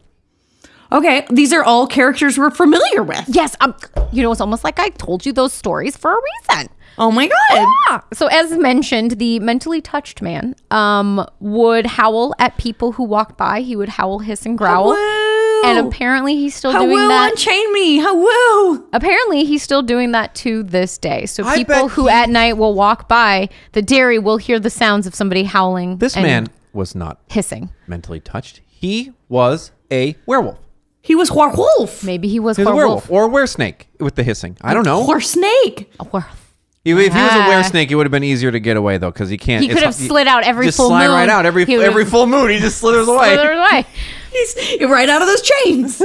D: Okay, these are all characters we're familiar with.
B: Yes, i you know, it's almost like I told you those stories for a reason.
D: Oh my god.
B: Yeah. So, as mentioned, the mentally touched man um, would howl at people who walked by. He would howl, hiss, and growl.
D: Woo.
B: And apparently, he's still
D: How
B: doing
D: will
B: that.
D: unchain me? How will?
B: apparently, he's still doing that to this day. So,
C: I
B: people
C: bet
B: who
C: he-
B: at night will walk by the dairy will hear the sounds of somebody howling.
C: This
B: and
C: man was not
B: hissing.
C: mentally touched. He was a werewolf.
D: He was werewolf.
B: Maybe he was
C: He was a
B: werewolf.
C: werewolf or a weresnake with the hissing. I don't know.
D: Or snake.
B: werewolf.
C: If, if he was a
B: Ah.
C: weresnake, it would have been easier to get away though, because he can't.
B: He could
C: it's-
B: have slid out every
C: just
B: full
C: slide right
B: moon.
C: out every
B: He would-
C: every full moon. He just slithers away.
B: Slither away.
D: He's right out of those chains.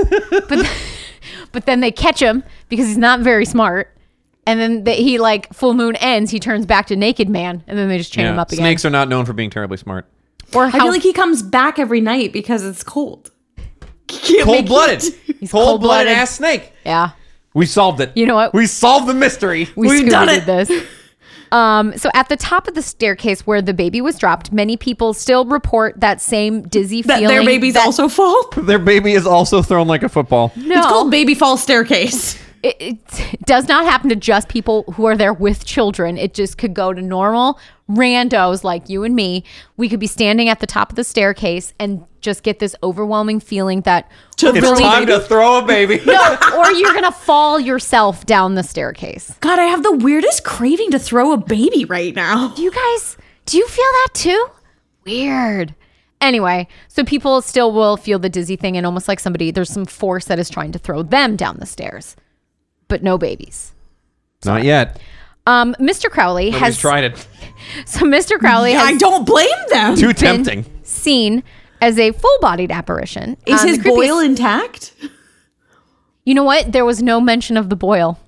B: but but then they catch him because he's not very smart. And then they, he like full moon ends, he turns back to naked man, and then they just chain
C: Yeah.
B: him up again.
C: Snakes are not known for being terribly smart.
B: or how
D: I feel like he comes back every night because it's cold.
C: Cold blooded. Cold blooded
B: cold-blooded.
C: ass snake.
B: yeah,
C: We solved it.
B: You know what?
C: We solved the mystery.
B: we
D: We've done
B: Scooby-Doo'd
D: it.
B: This. Um, so at the top of the staircase where the baby was dropped, many people still report that same dizzy
D: That
B: feeling.
D: their babies
B: that-
D: also fall.
C: Their baby is also thrown like a football.
B: no,
D: It's called baby fall staircase.
B: it, it does not happen to just people who are there with children. It just could go to normal randos like you and me. We could be standing at the top of the staircase and just get this overwhelming feeling that
D: To
B: we're
D: the
C: It's
D: Really?
C: time to throw a baby.
B: No, or you're gonna fall yourself down the staircase.
D: God, I have the weirdest craving to throw a baby right now.
B: You guys, do you feel that too? Weird. Anyway, so people still will feel the dizzy thing and almost like somebody there's some force that is trying to throw them down the stairs. But no babies.
C: Not yet.
B: Um, Mr. Crowley
C: Nobody's
B: has
C: tried it.
B: so Mr. Crowley
D: I
B: has
D: don't blame them.
C: Too
B: been
C: tempting.
B: seen as a full-bodied apparition.
D: Is
B: on
D: his
B: the creepiest-
D: boil intact?
B: You know what? There was no mention of the boil.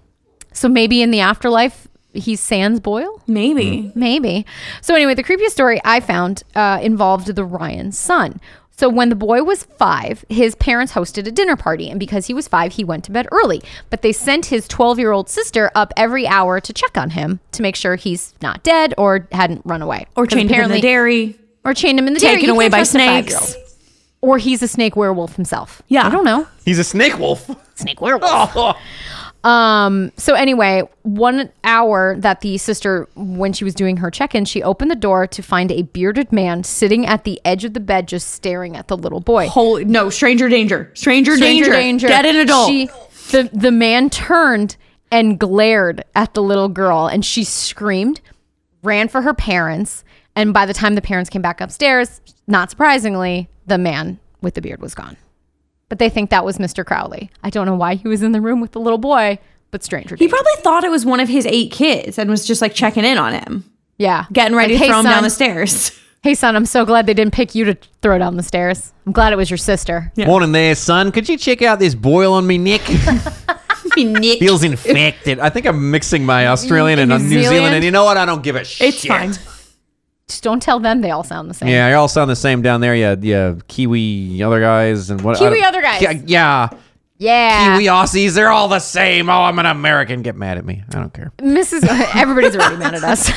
B: So maybe in the afterlife he's sans boil? Mm.
D: Maybe.
B: Maybe. So anyway, the creepiest story I found uh, involved the Ryan son. So when the boy was five, his parents hosted a dinner party, and because he was five, he went to bed early. But they sent his 12-year-old sister up every hour to check on him to make sure he's not dead or hadn't run away,
D: Or
B: 'Cause
D: chained up in the dairy.
B: or chained him in the dairy.
D: Taken
B: You
D: away
B: can't
D: by
B: trust a
D: snakes.
B: five-year-old. or he's a snake werewolf himself.
D: Yeah.
B: I don't know.
C: He's a snake wolf.
B: Snake werewolf. Um, so anyway, one hour that the sister, when she was doing her check-in, she opened the door to find a bearded man sitting at the edge of the bed, just staring at the little boy.
D: Holy no, stranger danger. Stranger,
B: Stranger
D: danger. Dead and adult.
B: She, the the man turned and glared at the little girl, and she screamed, ran for her parents, and by the time the parents came back upstairs, not surprisingly, the man with the beard was gone. But they think that was Mr. Crowley. I don't know why he was in the room with the little boy, but stranger.
D: he
B: danger.
D: probably thought it was one of his eight kids and was just like checking in on him.
B: Yeah.
D: Getting ready
B: Like,
D: to
B: "Hey,
D: throw him down
B: son.
D: the stairs.
B: Hey, son, I'm so glad they didn't pick you to throw down the stairs. I'm glad it was your sister.
C: Morning there, son. Could you check out this boil on me neck?
D: Nick.
C: Feels infected. I think I'm mixing my Australian and
B: New
C: New Zealand.
B: Zealand,
C: and you know what? I don't give a shit.
D: It's fine.
B: Just don't tell them they all sound the same.
C: Yeah, you all sound the same down there. Yeah, yeah. Kiwi other guys and what? I
B: Kiwi
C: don't-
B: other guys.
C: Yeah, yeah.
B: Yeah.
C: Kiwi Aussies. They're all the same. Oh, I'm an American. Get mad at me. I don't care.
B: Mrs. Everybody's already mad at us.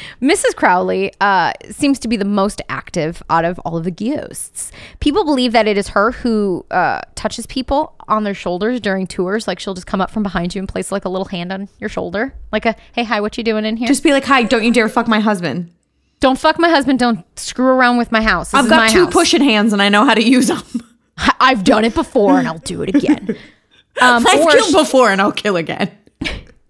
B: Mrs. Crowley uh, seems to be the most active out of all of the ghosts. People believe that it is her who uh, touches people on their shoulders during tours. Like she'll just come up from behind you and place like a little hand on your shoulder, like a "Hey, hi, what you doing in here?"
D: Just be like, hi, don't you dare fuck my husband.
B: Don't fuck my husband. Don't screw around with my house. This
D: I've
B: is
D: got
B: my
D: two
B: house.
D: push-it hands and I know how to use them.
B: I've done it before and I'll do it again. Um,
D: I've
B: or,
D: killed before and I'll kill again.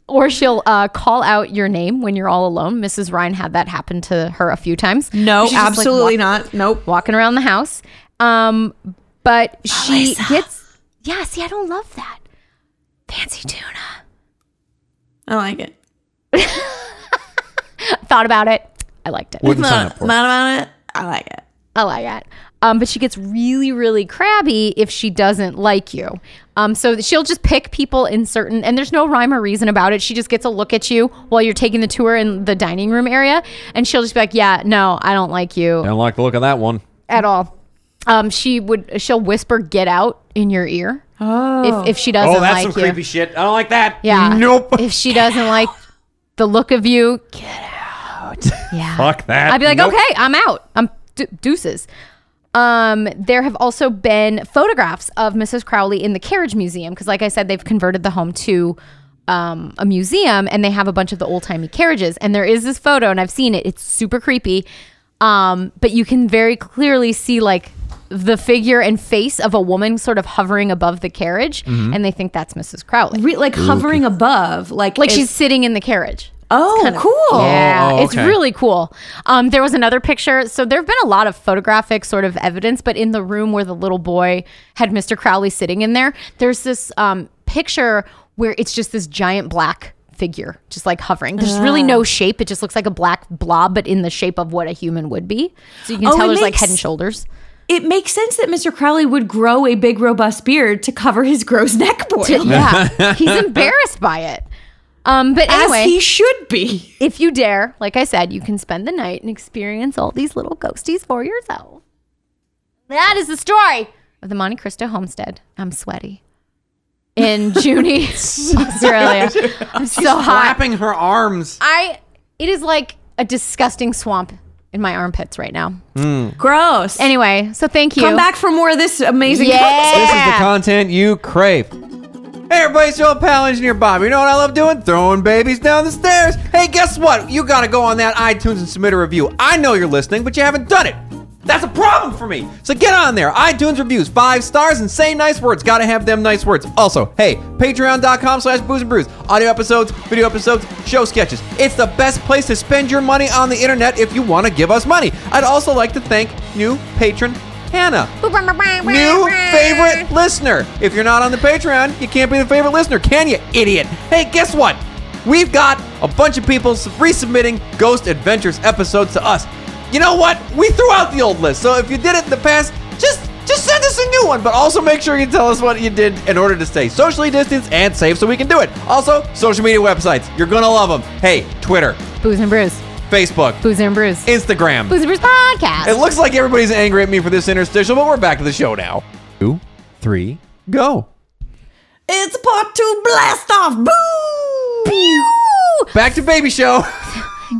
B: or she'll uh, call out your name when you're all alone. Mrs. Ryan had that happen to her a few times.
D: No,
B: She's just, like,
D: absolutely not. Nope.
B: walking around the house. Um, but she gets yeah. See, I don't love that fancy tuna.
D: I like it.
B: Thought about it. I liked it.
C: Wouldn't sign up
D: Not,
C: for. it.
D: not about it. I like it.
B: I like it. Um, but she gets really, really crabby if she doesn't like you. Um, so she'll just pick people in certain, and there's no rhyme or reason about it. She just gets a look at you while you're taking the tour in the dining room area, and she'll just be like, "Yeah, no, I don't like you
C: Don't like the look of that one.
B: at all." Um, she would, she'll whisper, "Get out" in your ear if if she doesn't
C: Oh, that's
B: like
C: some
B: you.
C: creepy shit. I don't like that.
B: Yeah.
C: Nope.
B: If she doesn't like the look of you, get out. Yeah.
C: Fuck that.
B: I'd be like,
C: Nope.
B: okay, I'm out. I'm de- deuces. Um, there have also been photographs of Mrs. Crowley in the Carriage Museum because, like I said, they've converted the home to um, a museum and they have a bunch of the old timey carriages. And there is this photo, and I've seen it. It's super creepy, um, but you can very clearly see like the figure and face of a woman sort of hovering above the carriage,
C: Mm-hmm.
B: and they think that's Mrs. Crowley.
D: Re- like hovering above, like
B: Like
D: it's-
B: she's sitting in the carriage.
D: oh cool.
B: Yeah,
C: Oh,
B: it's
C: okay.
B: really cool. Um, there was another picture. So there have been a lot of photographic sort of evidence, but in the room where the little boy had Mr. Crowley sitting in there, there's this um, picture where it's just this giant black figure just like hovering. There's really
D: Ah.
B: no shape. It just looks like a black blob, but in the shape of what a human would be. So you can
D: Oh,
B: tell
D: it
B: there's like
D: makes-
B: head and shoulders.
D: It makes sense that Mr. Crowley would grow a big robust beard to cover his gross neck boil,
B: yeah, he's embarrassed by it. Um, but
D: as
B: anyway,
D: he should be.
B: if you dare, like I said, you can spend the night and experience all these little ghosties for yourself. That is the story of the Monte Cristo homestead. I'm sweaty. In Junie, Australia. I'm so hot.
C: Slapping her arms.
B: I it is like a disgusting swamp in my armpits right now.
D: Gross. And
B: Anyway, so thank you.
D: come back for more of this amazing
B: Yeah.
C: This is the content you crave. Hey everybody, it's your old pal engineer Bob. You know what I love doing? Throwing babies down the stairs. Hey, guess what? You gotta go on that iTunes and submit a review. I know you're listening, but you haven't done it. That's a problem for me. So get on there. iTunes reviews, five stars, and say nice words. Gotta have them nice words. Also, hey, patreon.com slash booze and brews. Audio episodes, video episodes, show sketches. It's the best place to spend your money on the internet if you wanna give us money. I'd also like to thank new patron Hannah new favorite listener. If you're not on the Patreon, you can't be the favorite listener, can you, idiot? Hey, guess what? We've got a bunch of people sub- resubmitting Ghost Adventures episodes to us. You know what? We threw out the old list, so if you did it in the past, just just send us a new one, but also make sure you tell us what you did in order to stay socially distanced and safe so we can do it. Also, social media websites. You're gonna love them. Hey, Twitter,
B: Booze and Brews.
C: Facebook,
B: Booze and Brews.
C: Instagram.
B: Booze and Brews podcast.
C: It looks like everybody's angry at me for this interstitial, but we're back to the show now. Two, three, go.
D: It's part two blast off. Boo!
C: Back to baby show.
B: Yay!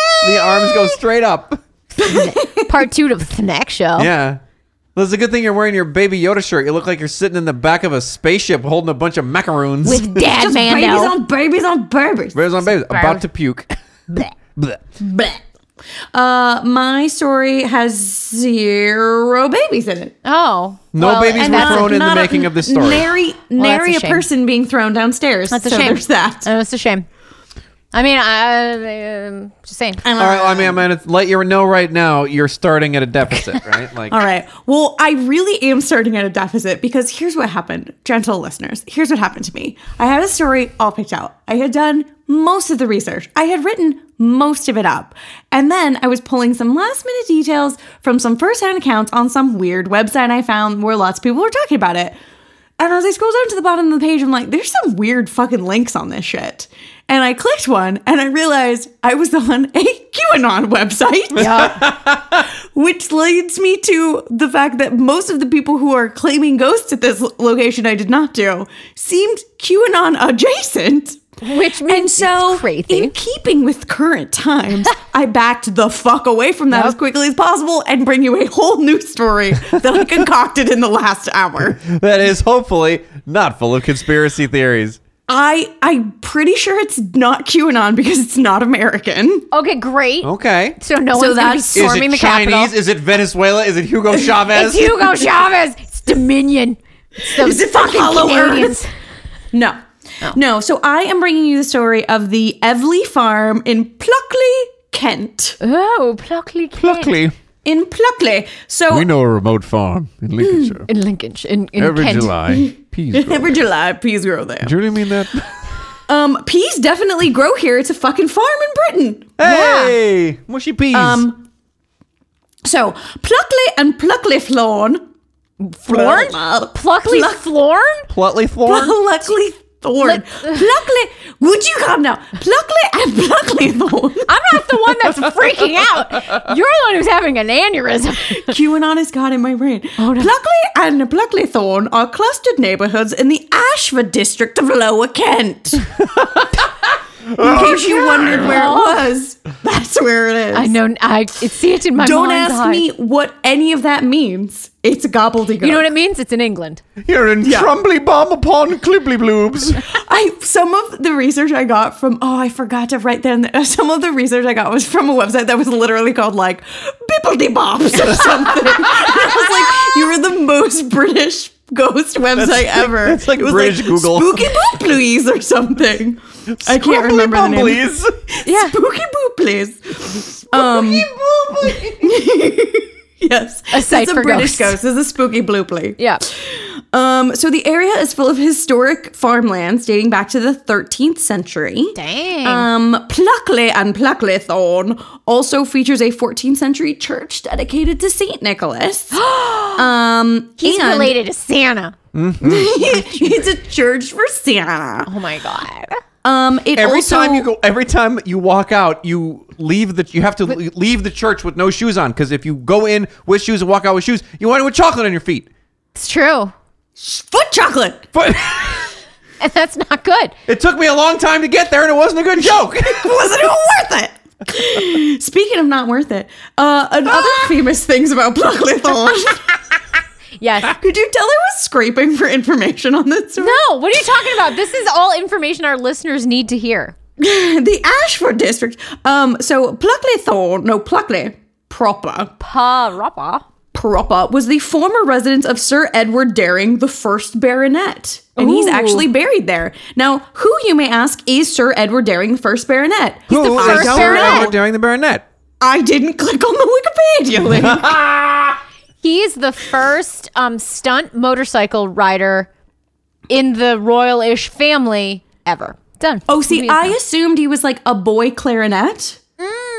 C: the arms go straight up.
B: Part two to the next show.
C: Yeah. Well, it's a good thing you're wearing your baby Yoda shirt. You look like you're sitting in the back of a spaceship holding a bunch of macaroons.
B: With Dad
D: Just
B: Mando.
D: babies on babies on babies.
C: Bears on babies. About to puke.
B: Blech.
C: Blech.
D: Bleh. Uh, my story has zero babies in it.
B: Oh.
C: No babies
B: and
C: were
B: that's a-
C: thrown in the making of this story.
D: Nary,
B: that's
D: nary
B: a
D: a,
B: shame.
D: person being thrown downstairs.
B: That's a
D: so
B: shame.
D: There's that.
B: Oh, it's a shame. I mean, I, um just saying.
C: All right, well, I mean, I'm going to let you know right now you're starting at a deficit, right? Like,
D: All right. Well, I really am starting at a deficit because here's what happened, gentle listeners. Here's what happened to me. I had a story all picked out. I had done most of the research. I had written most of it up. And then I was pulling some last minute details from some first-hand accounts on some weird website I found where lots of people were talking about it. And as I scroll down to the bottom of the page, I'm like, there's some weird fucking links on this shit. And I clicked one and I realized I was on a QAnon website which leads me to the fact that most of the people who are claiming ghosts at this lo- location I did not do seemed QAnon adjacent.
B: Which means
D: And so,
B: it's crazy.
D: in keeping with current times, I backed the fuck away from that as quickly as possible and bring you a whole new story that I concocted in the last hour.
C: that is hopefully not full of conspiracy theories.
D: I I'm pretty sure it's not QAnon because it's not American.
B: Okay, great.
C: Okay.
B: So no
D: So
B: one's gonna be
D: that's- Is
B: storming the
C: Oh. Chinese?
B: Capitol.
C: Is it Venezuela? Is it Hugo Chavez?
B: It's Hugo Chavez. It's Dominion. It's those
D: Is it from
B: fucking
D: Hollow Earth?
B: Canadians.
D: No. No, so I am bringing you the story of the Evely Farm in Pluckley, Kent.
B: Oh, Pluckley. Kent.
D: In Pluckley. So
E: We know a remote farm in Lincolnshire.
B: In Lincolnshire. In, in
E: Every
B: Kent.
E: July, peas grow.
D: every July, peas grow there.
E: Do you really mean that?
D: Um, peas definitely grow here. It's a fucking farm in Britain.
C: Hey, mushy peas.
D: Um, so Pluckley and Pluckley Florn.
B: Florn? Pluckley
D: Pluck-
B: Florn?
C: Plutly Thorn.
D: Pluckley Thorn.
B: Let-
D: Pluckley. Would you come now? Pluckley and Pluckley Thorn.
B: I'm not the one that's freaking out. You're the one who's having an aneurysm.
D: QAnon is God in my brain.
B: Oh, no.
D: Pluckley and Pluckley Thorn are clustered neighborhoods in the Ashford district of Lower Kent. in case you wondered where it was, that's where it is.
B: Oh. I know. I it, see it in my
D: Don't
B: mind's
D: ask
B: eye.
D: me what any of that means. It's gobbledygook.
B: You know what it means? It's in England.
E: You're in Trumbly Bomb upon Clibbly Bloobs.
D: I some of the research I got from oh I forgot to write down the- some of the research I got was from a website that was literally called like Bippity Bops or something. And I was like, you were the most British ghost website ever.
C: that's like
D: It was
C: British Google.
D: Spooky Boop Please or something. I can't remember the name.
C: Please.
D: Yeah. Spooky Boop Please. Um, yes.
B: A site
D: it's a
B: for
D: British
B: ghosts.
D: ghost. It's a spooky blooply.
B: Yeah.
D: Um, so the area is full of historic farmlands dating back to the 13th century.
B: Dang.
D: Um, Pluckley and Pluckleythorn also features a 14th century church dedicated to Saint Nicholas. um,
B: He's
D: and
B: related to Santa.
C: Hmm.
D: it's a church for Santa.
B: Oh my god.
D: Um, it
C: Every
D: also-
C: time you go, every time you walk out, you leave the you have to le- leave the church with no shoes on because if you go in with shoes and walk out with shoes, you wind up with chocolate on your feet.
B: It's true.
D: foot chocolate.
C: But
B: And that's not good.
C: it took me a long time to get there, and it wasn't a good joke.
D: wasn't even worth it. Speaking of not worth it, uh, and other
B: Ah!
D: famous things about Pluckleythorn.
B: Yes.
D: Could you tell I was scraping for information on this? story?
B: No, what are you talking about? This is all information our listeners need to hear.
D: the Ashford district. Um, so Pluckleythorn, no Pluckley proper.
B: Pa-rapa.
D: Proper was the former residence of Sir Edward Daring, the first baronet. And he's
B: Ooh.
D: actually buried there. Now, who you may ask is Sir Edward Daring, the first baronet?
C: Who
B: the
C: is
B: first
C: Sir
B: baronet.
C: Edward Daring the baronet.
D: I didn't click on the Wikipedia link.
B: He's the first um, stunt motorcycle rider in the royal-ish family ever. Done.
D: oh, see, I assumed he was like a boy clarinet.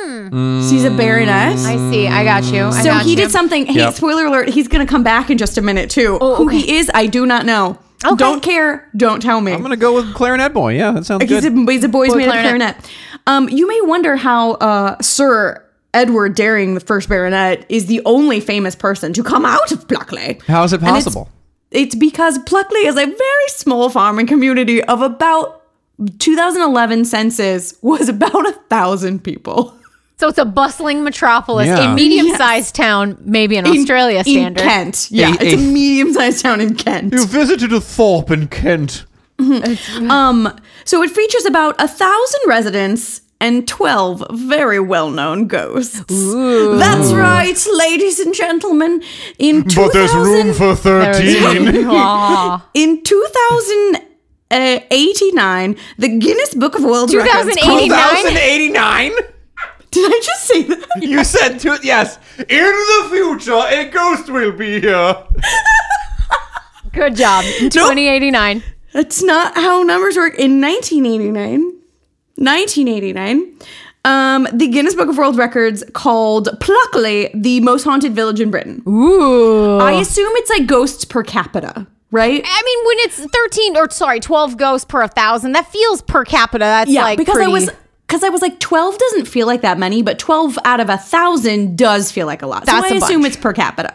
B: Hmm.
D: So he's a baronet.
B: I see. I got you. I
D: so
B: got
D: he
B: you.
D: did something. Hey,
C: Yep.
D: spoiler alert, he's going to come back in just a minute, too. Who he is, I do not know.
B: Oh, Okay.
D: Don't care. Don't tell me.
C: I'm gonna go with clarinet boy. Yeah, that sounds
D: He's
C: good.
D: a, he's a boy's
B: Boy
D: man
B: clarinet.
D: clarinet. clarinet. Um, you may wonder how uh, Sir Edward Daring, the first baronet, is the only famous person to come out of Pluckley.
C: How is it
D: And it's-
C: possible?
D: It's, because Pluckley is a very small farming community of about 2011 census was about a thousand people.
B: So it's a bustling metropolis,
C: Yeah.
B: a medium-sized town, maybe in,
D: In-
B: Australia
D: in
B: standard.
D: Kent. Yeah,
C: Eh,
D: it's a
C: eh.
D: medium-sized town in Kent.
E: visited a Thorpe in Kent.
D: Um, so it features about a thousand residents and 12 very well-known ghosts. That's right, ladies and gentlemen. In 2000,
E: But there's room for
B: There it is.
E: 13.
B: Aw.
D: in 2089, the Guinness Book of World Records
B: 2089?
D: called-
C: 1089.
D: Did I just say that?
C: You said two. Yes.
E: In the future, a ghost will be here.
B: Good job. In 2089.
D: That's not how numbers work. In 1989, 1989, um, the Guinness Book of World Records called Pluckley the most haunted village in Britain.
B: Ooh.
D: I assume it's like ghosts per capita, right?
B: I mean, when it's 13 or sorry, 12 ghosts per a thousand, that feels per capita. That's
D: Yeah,
B: like
D: because
B: pretty,
D: I was because I was like twelve doesn't feel like that many, but twelve out of a thousand does feel like a lot.
B: That's
D: so I
B: a
D: assume
B: bunch.
D: it's per capita.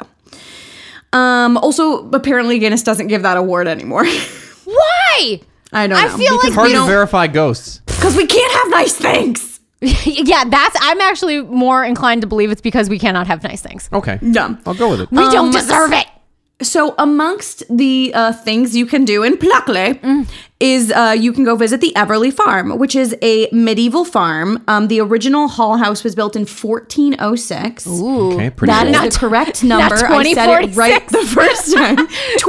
D: Um. Also, apparently Guinness doesn't give that award anymore.
B: why?
D: I don't.
B: I
D: know.
B: feel like
C: Hard
B: we
C: to
B: don't.
C: verify ghosts.
D: because we can't have nice things.
B: yeah, that's. I'm actually more inclined to believe it's because we cannot have nice things.
C: Okay.
D: Dumb.
C: I'll go with it.
B: We don't deserve it.
D: So, amongst the uh, things you can do in Placle
B: Mm.
D: is uh, you can go visit the Everly Farm, which is a medieval farm. Um, the original Hall House was built in 1406.
C: Okay, pretty
D: That
C: cool.
D: is
B: Not-
D: the correct
B: not
D: number. I said it right
B: 2046.
D: the first time.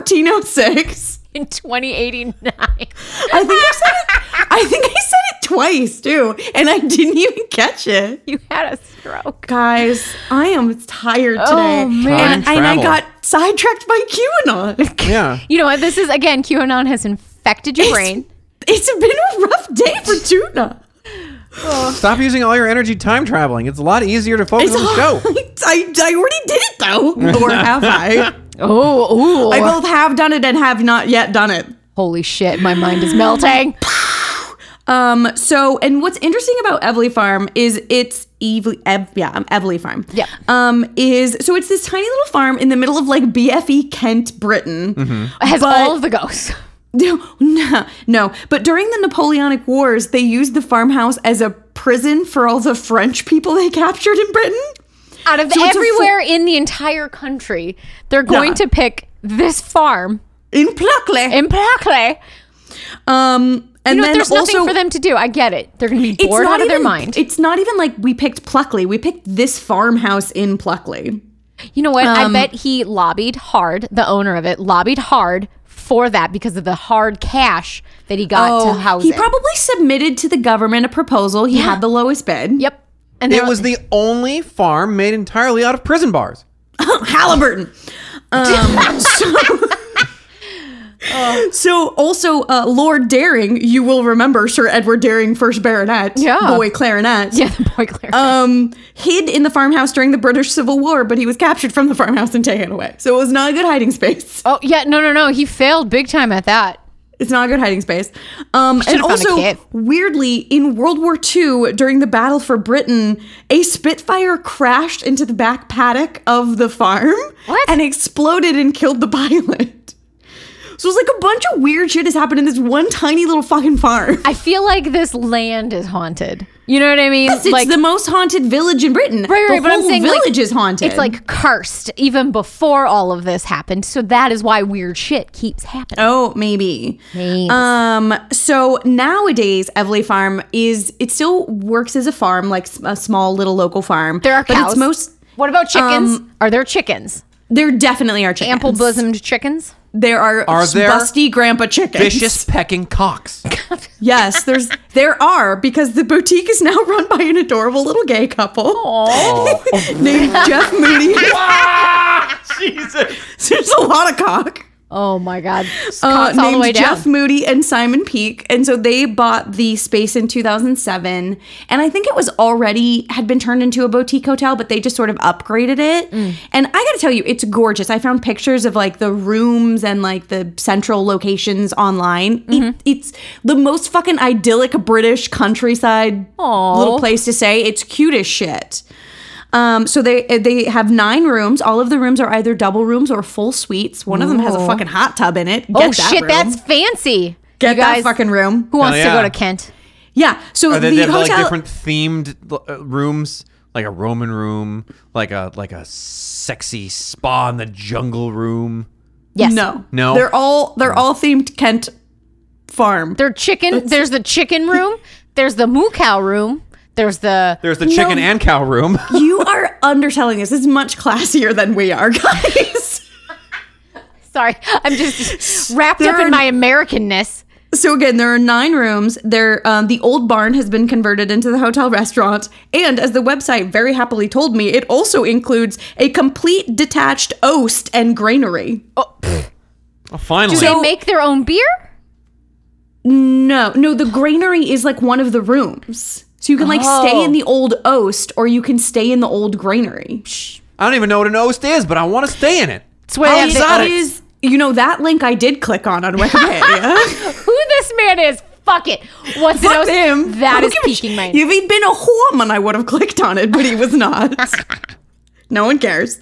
D: 201406.
B: in 2089.
D: I think I said it. I think I said it twice too, and I didn't even catch it.
B: you had a stroke.
D: Guys, I am tired today,
B: Oh, man.
D: and, and I
C: Time travel.
D: got sidetracked by QAnon.
C: yeah.
B: You know what? This is again, QAnon has infected your brain.
D: It's, it's been a rough day for tuna.
C: Stop using all your energy time traveling. It's a lot easier to focus
D: It's
C: on the
D: hard.
C: show.
D: I, I already did it though, or have I?
B: Oh, ooh.
D: I both have done it and have not yet done it.
B: Holy shit, my mind is melting.
D: Um. So, and what's interesting about Evely Farm is it's Evely, Ev, yeah, um, Evely Farm.
B: Yeah.
D: Um. Is so it's this tiny little farm in the middle of like BFE Kent, Britain.
B: It has
D: But-
B: all of the ghosts.
D: No, no, no. But during the Napoleonic Wars, they used the farmhouse as a prison for all the French people they captured in Britain.
B: Out of
D: So it's a
B: everywhere in the entire country, they're going
D: Nah.
B: to pick this farm
D: In Placle.
B: in Placle.
D: Um, and
B: You know,
D: then
B: there's
D: also,
B: nothing for them to do. I get it. They're going to be
D: It's
B: bored
D: not
B: out of
D: even,
B: their mind.
D: It's not even like we picked Pluckley. We picked this farmhouse in Pluckley.
B: You know what?
D: Um,
B: I bet he lobbied hard, the owner of it lobbied hard for that because of the hard cash that he got to house
D: Oh, he
B: it.
D: probably submitted to the government a proposal. He had the lowest bid.
B: Yep. And
C: It
B: they're-
C: was the only farm made entirely out of prison bars.
D: Halliburton. Um, so,
B: Oh.
D: so also uh, Lord Daring, you will remember Sir Edward Daring, first Baronet,
B: Yeah.
D: boy clarinet.
B: yeah, the boy clear.
D: Um, hid in the farmhouse during the British Civil War, but he was captured from the farmhouse and taken away. So it was not a good hiding space.
B: oh yeah, no, no, no. He failed big time at that.
D: It's not a good hiding space. Um, and
B: have found a
D: also,
B: cave.
D: weirdly, in World War II, during the Battle for Britain, a Spitfire crashed into the back paddock of the farm
B: What?
D: and exploded and killed the pilot. So it's like a bunch of weird shit has happened in this one tiny little fucking farm.
B: I feel like this land is haunted. You know what I mean?
D: It's the most haunted village in Britain.
B: Right, right,
D: the
B: but I'm
D: whole
B: saying like,
D: village is haunted.
B: It's like cursed even before all of this happened. So that is why weird shit keeps happening.
D: Oh, maybe.
B: Maybe.
D: Um. So nowadays, Evely Farm is it still works as a farm, like s- a small little local farm.
B: there are
D: but
B: cows.
D: It's most
B: what about chickens?
D: um,
B: are there chickens?
D: there definitely are chickens.
B: Ample bosomed chickens?
D: There are,
C: Are
D: s-
C: there
D: busty grandpa chickens.
C: Vicious pecking cocks.
D: Yes, there's there are because the boutique is now run by an adorable little gay couple named Jeff Moody.
E: Jesus.
D: There's a lot of cock.
B: Oh my god.
D: uh,
B: Cops all the way
D: named Jeff
B: down.
D: Moody and Simon Peak. And so they bought the space in 2007. And I think it was already had been turned into a boutique hotel, but they just sort of upgraded it.
B: Mm.
D: And I got to tell you, it's gorgeous. I found pictures of like the rooms and like the central locations online.
B: Mm-hmm.
D: It, it's the most fucking idyllic British countryside
B: Aw.
D: little place to say. It's cute as shit. Um, so they they have nine rooms. All of the rooms are either double rooms or full suites. One of them has a fucking hot tub in it. Get
B: oh
D: that
B: shit,
D: room.
B: that's fancy.
D: get
B: you guys,
D: that fucking room.
B: Who wants
C: Hell
B: to go
C: Oh, yeah.
B: to Kent?
D: Yeah. So
C: Are they,
D: the
C: they have
D: hotel.
C: like different themed l- uh, rooms, like a Roman room, like a like a sexy spa in the jungle room.
B: Yes.
D: No,
C: No.
D: They're all they're all themed Kent farm.
B: They're chicken. There's the chicken room. There's the moo cow room. There's the
C: There's the chicken and cow room.
D: you are underselling this. It's much classier than we are, guys.
B: sorry. I'm just wrapped
D: There
B: up in
D: are-
B: my Americanness.
D: so again, there are nine rooms. There, um, the old barn has been converted into the hotel restaurant, and as the website very happily told me, it also includes a complete detached oast and granary.
C: Oh, finally,
B: Do they make their own beer?
D: No, no, the granary is like one of the rooms. So you can like stay
B: Oh.
D: in the old oast or you can stay in the old granary.
C: I don't even know what an oast is, but I want to stay in it.
B: It's where they have
C: Exotic.
B: the,
D: It Oh, is, you know, that link I did click on on Wikipedia.
B: who this man is. Fuck it. What's
D: Fuck
B: it?
D: him.
B: That
D: Who
B: is
D: gives a
B: piquing
D: sh-
B: my
D: If he'd been a woman, I would have clicked on it, but he was not. no one cares.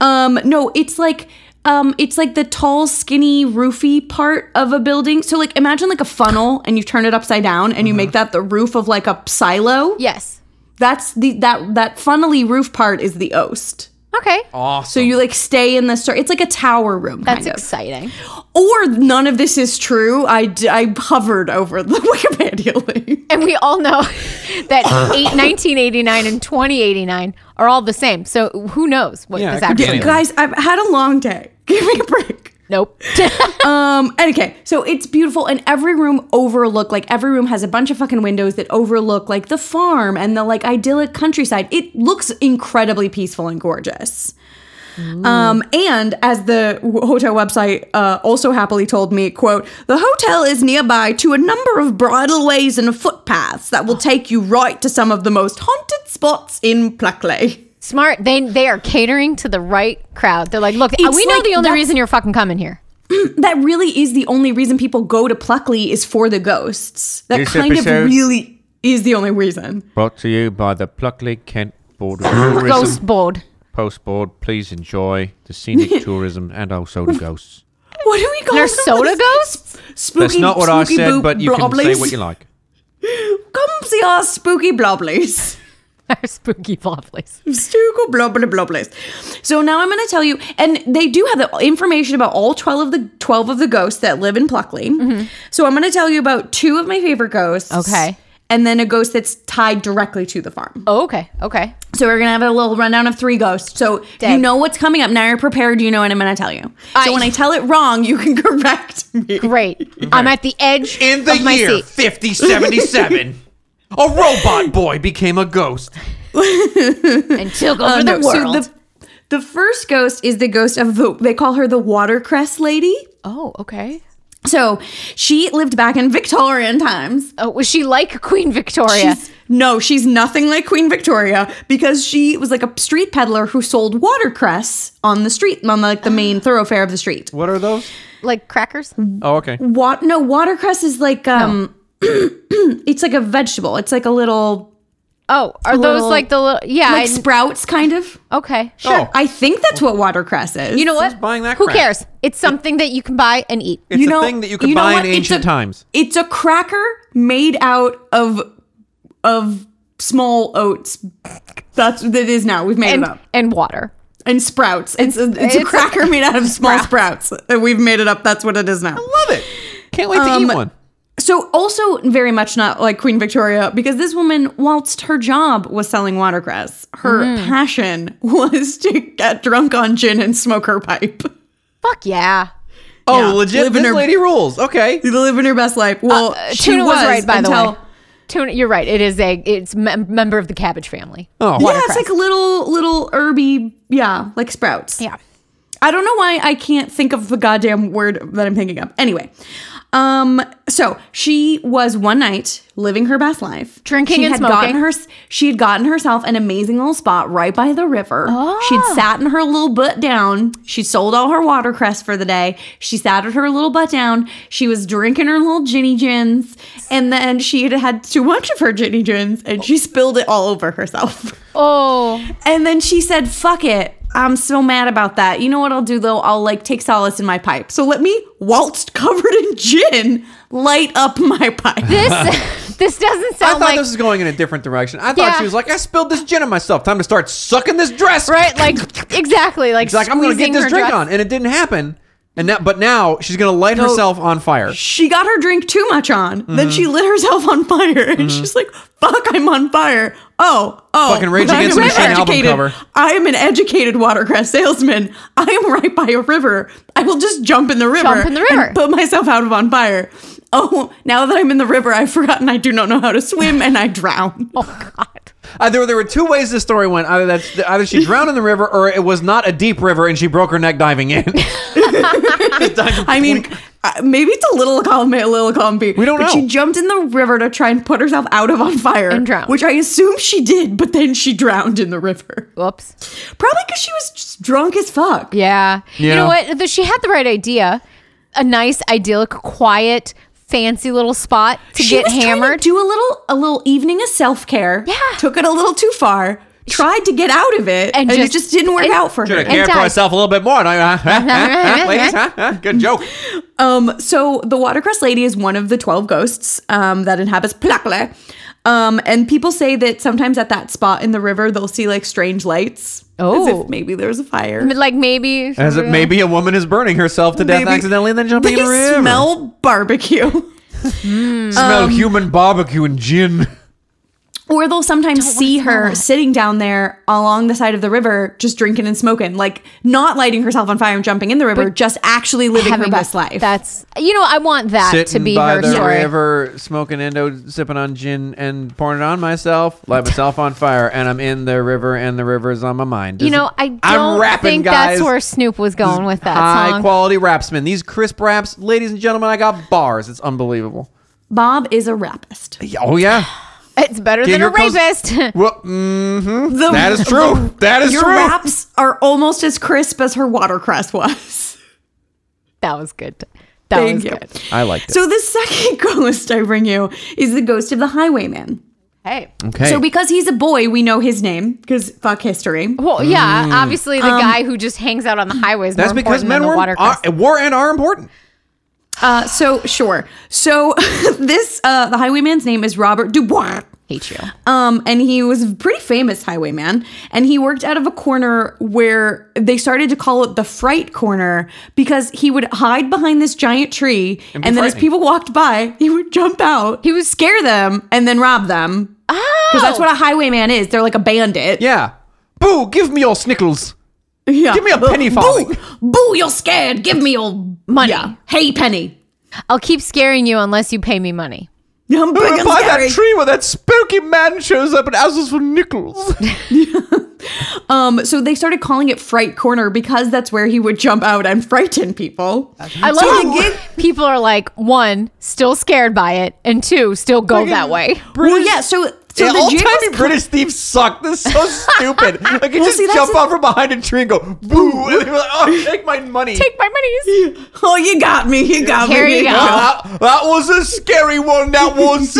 D: Um, no, it's like. Um, it's like the tall, skinny, roofy part of a building. So, like, imagine like a funnel, and you turn it upside down, and you
B: Uh-huh.
D: make that the roof of like a silo.
B: Yes.
D: That's the that that funnily roof part is the oast.
B: Okay.
C: Awesome.
D: So you like stay in the store. It's like a tower room.
B: That's
D: kind of.
B: exciting.
D: Or none of this is true. I, d- I hovered over the Wikipedia link.
B: And we all know that eight, 1989 and 2089 are all the same. So who knows what
C: Yeah,
B: this
C: it could be
B: actually
C: anything.
B: is.
D: Guys, I've had a long day. Give me a break.
B: Nope.
D: Um, and okay, so it's beautiful, and every room overlook like every room has a bunch of fucking windows that overlook like the farm and the like idyllic countryside. It looks incredibly peaceful and gorgeous. Um, and as the w- hotel website uh, also happily told me, quote, the hotel is nearby to a number of bridleways and footpaths that will take you right to some of the most haunted spots in Pluckley.
B: Smart. They they are catering to the right crowd. They're like, look,
D: It's
B: we know
D: like
B: the only
D: that's-
B: reason you're fucking coming here.
D: that really is the only reason people go to Pluckley is for the ghosts. That
C: This
D: kind
C: episode-
D: of really is the only reason.
C: Brought to you by the Pluckley Kent Board of Tourism.
B: Ghost board.
C: Post board, please enjoy the scenic tourism and also the ghosts.
D: What do we call
B: There's
D: them?
B: soda ghosts.
D: Spooky,
C: That's not what I
D: spooky
C: said,
D: boop
C: but you can say
D: blobblies.
C: what you like.
D: Come see our spooky blobblies.
B: Our spooky place.
D: Spooky blobbly blobblies. So now I'm going to tell you, and they do have the information about all twelve of the twelve of the ghosts that live in Pluckley. So I'm going to tell you about two of my favorite ghosts.
B: Mm-hmm. Okay.
D: And then a ghost that's tied directly to the farm.
B: Oh, okay. Okay.
D: So we're gonna have a little rundown of three ghosts. So you
B: Deb.
D: know what's coming up. Now you're prepared. You know what I'm gonna tell you.
B: I-
D: so when I tell it wrong, you can correct me.
B: Great. I'm at the edge
C: In the
B: of my
C: year
B: seat.
C: 5077, a robot boy became a ghost.
B: and took over
D: Uh,
B: the
D: no, so
B: world.
D: the the first ghost is the ghost of the. They call her the watercress lady.
B: oh, okay.
D: So she lived back in Victorian times.
B: Oh, was she like Queen Victoria?
D: She's, no, she's nothing like Queen Victoria because she was like a street peddler who sold watercress on the street, on like the main thoroughfare of the street.
C: What are those?
B: like crackers?
C: Oh, okay.
D: What? No, watercress is like um, it's like a vegetable. It's like a little
B: Oh, are those
D: little-
B: like the little? Yeah.
D: like
B: I-
D: sprouts, kind of.
B: okay. Sure.
C: Oh,
D: I think that's what watercress is.
B: You know what?
C: Who's buying that
B: Who
C: crap?
B: cares? It's something that you can buy and eat.
C: it's
D: you
C: a
D: know,
C: thing that you could
D: know
C: buy
D: what?
C: in
D: It's
C: ancient
D: a-
C: times.
D: It's a cracker made out of of small oats. That's what it is now. We've made
B: and,
D: it up.
B: and water.
D: And sprouts. It's a, it's a
B: it's-
D: cracker made out of small sprouts. And We've made it up. That's what it is now.
C: Love it. Can't wait to eat one.
D: So also very much not like Queen Victoria because this woman, whilst her job was selling watercress, her passion was to get drunk on gin and smoke her pipe.
B: Fuck yeah.
C: Oh,
D: yeah,
C: legit.
D: live
C: This
D: in her-
C: lady rules. Okay.
D: Living her best life. Well,
B: Uh,
D: she
B: Tuna was,
D: was
B: right, by the
D: until-
B: way. Tuna, you're right. It is a it's mem- member of the cabbage family.
C: Oh,
D: Yeah, it's like little little herby, yeah, like sprouts.
B: Yeah.
D: I don't know why I can't think of the goddamn word that I'm thinking of. Anyway, um, so she was one night living her best life,
B: Drinking
D: she
B: and
D: had
B: smoking.
D: Gotten her, she had gotten herself an amazing little spot right by the river.
B: Ah.
D: She'd sat in her little butt down. She sold all her watercress for the day. She sat at her little butt down. She was drinking her little ginny gins, and then she had had too much of her ginny gins, and she spilled it all over herself.
B: Oh,
D: And then she said, fuck it. I'm so mad about that. You know what I'll do though? I'll like take solace in my pipe. So let me, whilst covered in gin, light up my pipe.
B: this this doesn't
C: I
B: sound
C: thought
B: like
C: this was going in a different direction. I thought
B: Yeah.
C: she was like, I spilled this gin on myself. Time to start sucking this dress.
B: right. Like exactly. Like
C: She's like, I'm going to get
B: squeezing
C: this
B: her
C: drink
B: dress.
C: on. And it didn't happen. And now, but now she's going to light herself on fire.
D: She got her drink too much on.
C: Mm-hmm.
D: Then she lit herself on fire. And she's like, fuck, I'm on fire. Oh, oh.
C: Fucking Rage
D: I'm
C: Against the
D: an
C: Machine album
D: educated-
C: cover.
D: I am an educated watercress salesman. I am right by a river. I will just jump in the river.
B: Jump in the river.
D: And put myself out of on fire. Oh, now that I'm in the river, I've forgotten I do not know how to swim and I drown.
B: Oh God.
C: Uh, there, there were two ways this story went. Either that's either she drowned in the river, or it was not a deep river and she broke her neck diving in.
D: I mean, uh, maybe it's a little column A, a little column B. We
C: don't
D: but
C: know.
D: She jumped in the river to try and put herself out of on fire
B: And drowned.
D: which I assume she did. But then she drowned in the river,
B: Whoops.
D: probably because she was just drunk as fuck.
B: Yeah. You
C: Yeah.
B: know what? The- She had the right idea. A nice, idyllic, quiet, fancy little spot to
D: She
B: get
D: was trying to
B: hammered.
D: do a little, a little evening of self care.
B: Yeah.
D: took it a little too far. Tried to get out of it, and,
B: And
D: it
B: just-
D: just didn't work
B: and-
D: out for her.
B: care for died.
C: herself a little bit more. Good joke.
D: Um, so the watercress lady is one of the twelve ghosts um, that inhabits Plakle. Um, and people say that sometimes at that spot in the river, they'll see like strange lights. As
B: Oh.
D: if maybe there was a fire.
B: But, like maybe Mm,
C: As it, maybe a woman is burning herself to death
D: Maybe
C: accidentally and then jumping
D: They
C: in a river.
D: smell barbecue.
C: Smell human barbecue and gin.
D: Or they'll sometimes see her sitting down there along the side of the river, just drinking and smoking, like not lighting herself on fire and jumping in the river, just actually living her
B: having
D: best
B: a-
D: life.
B: That's you know I want that to
C: Sitting
B: be
C: by
B: her
C: the
B: story.
C: river, smoking endo, sipping on gin, and pouring it on myself. Light myself on fire, and I'm in the river, and the river is on my mind.
B: You
C: Does
B: know
C: it-
B: I don't think that's where Snoop was going with that
C: High
B: song.
C: quality raps, man. These crisp raps, ladies and gentlemen, I got bars. It's unbelievable.
D: Bob is a rapist.
C: Oh yeah,
B: it's better
C: Get
B: than a
C: your clothes-
B: rapist.
C: well, mm-hmm.
D: The-
C: that is true. That is
D: Your
C: true.
D: raps are almost as crisp as her watercress was.
B: that was good. That
D: Thank
B: was
D: you.
B: good.
C: I liked it.
D: So the second ghost I bring you is the ghost of the highwayman.
B: Hey.
C: okay.
D: So because he's a boy, we know his name because fuck history.
B: Well, yeah, obviously
D: Um,
B: the guy who just hangs out on the highways.
C: Mm. that's because men
B: the
C: were
B: water
C: are, were and are important.
D: Uh, so sure. So this uh, the highwayman's name is Robert Dubois.
B: hate you.
D: Um, and he was a pretty famous highwayman, and he worked out of a corner where they started to call it the fright corner because he would hide behind this giant tree, and,
C: be
D: then as
C: frightening.
D: people walked by, he would jump out, he would scare them, and then rob them.
B: Oh,
D: Because that's what a highwayman is. They're like a bandit.
C: Yeah. Boo! Give me your snickels.
D: Yeah.
C: Give me a penny farthing.
D: Boo, boo, you're scared. Give me your
B: Money.
D: Hey, penny.
B: I'll keep scaring you unless you pay me money.
D: I'm big and
C: By
D: scary.
C: that tree where that spooky man shows up and asks for nickels.
D: Um, so they started calling it Fright Corner because that's where he would jump out and frighten people.
B: I love how people are like one, still scared by it, and two, still go that way.
D: well, yeah. So, so
C: yeah,
D: the
C: old
D: jig
C: timey
D: was
C: British thieves suck. This is so stupid. I can just
D: see, that's
C: jump
D: the-
C: out from behind a tree and go boo, and they're like, "Oh, take my money."
B: Take my monies.
D: Oh, you got me. You got
B: Here
D: me.
B: you go.
C: that, Uh, that was a scary one. That was.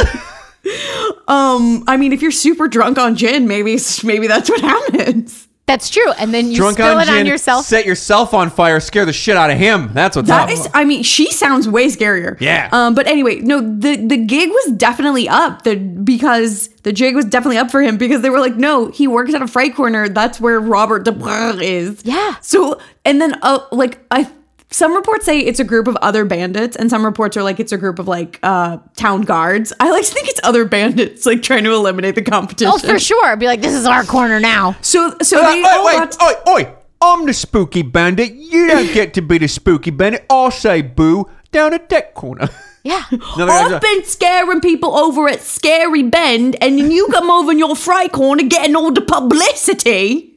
D: Um, I mean, if you're super drunk on gin, maybe maybe that's what happens.
B: That's true. And then you spill it on yourself.
C: set yourself on fire, scare the shit out of him. That's what's
D: That
C: up.
D: is, I mean, she sounds way scarier.
C: Yeah.
D: Um, but anyway, no, the the gig was definitely up. The because the jig was definitely up for him because they were like, no, he works at a fry corner. That's where Robert DeBrugh is.
B: Yeah.
D: So and then uh, like I. Some reports say it's a group of other bandits, and some reports are like it's a group of like uh, town guards. I like to think it's other bandits like trying to eliminate the competition.
B: Oh, for sure. Be like, this is our corner now.
D: So, so
C: Uh,
D: they all
C: wait,
D: got-
C: wait, oi, oi! I'm the spooky bandit. You don't get to be the spooky bandit. I'll say boo down at that corner.
B: Yeah.
C: Another guy's
D: I've
C: like,
D: been scaring people over at Scary Bend, and then you come over in your fry corner getting all the publicity.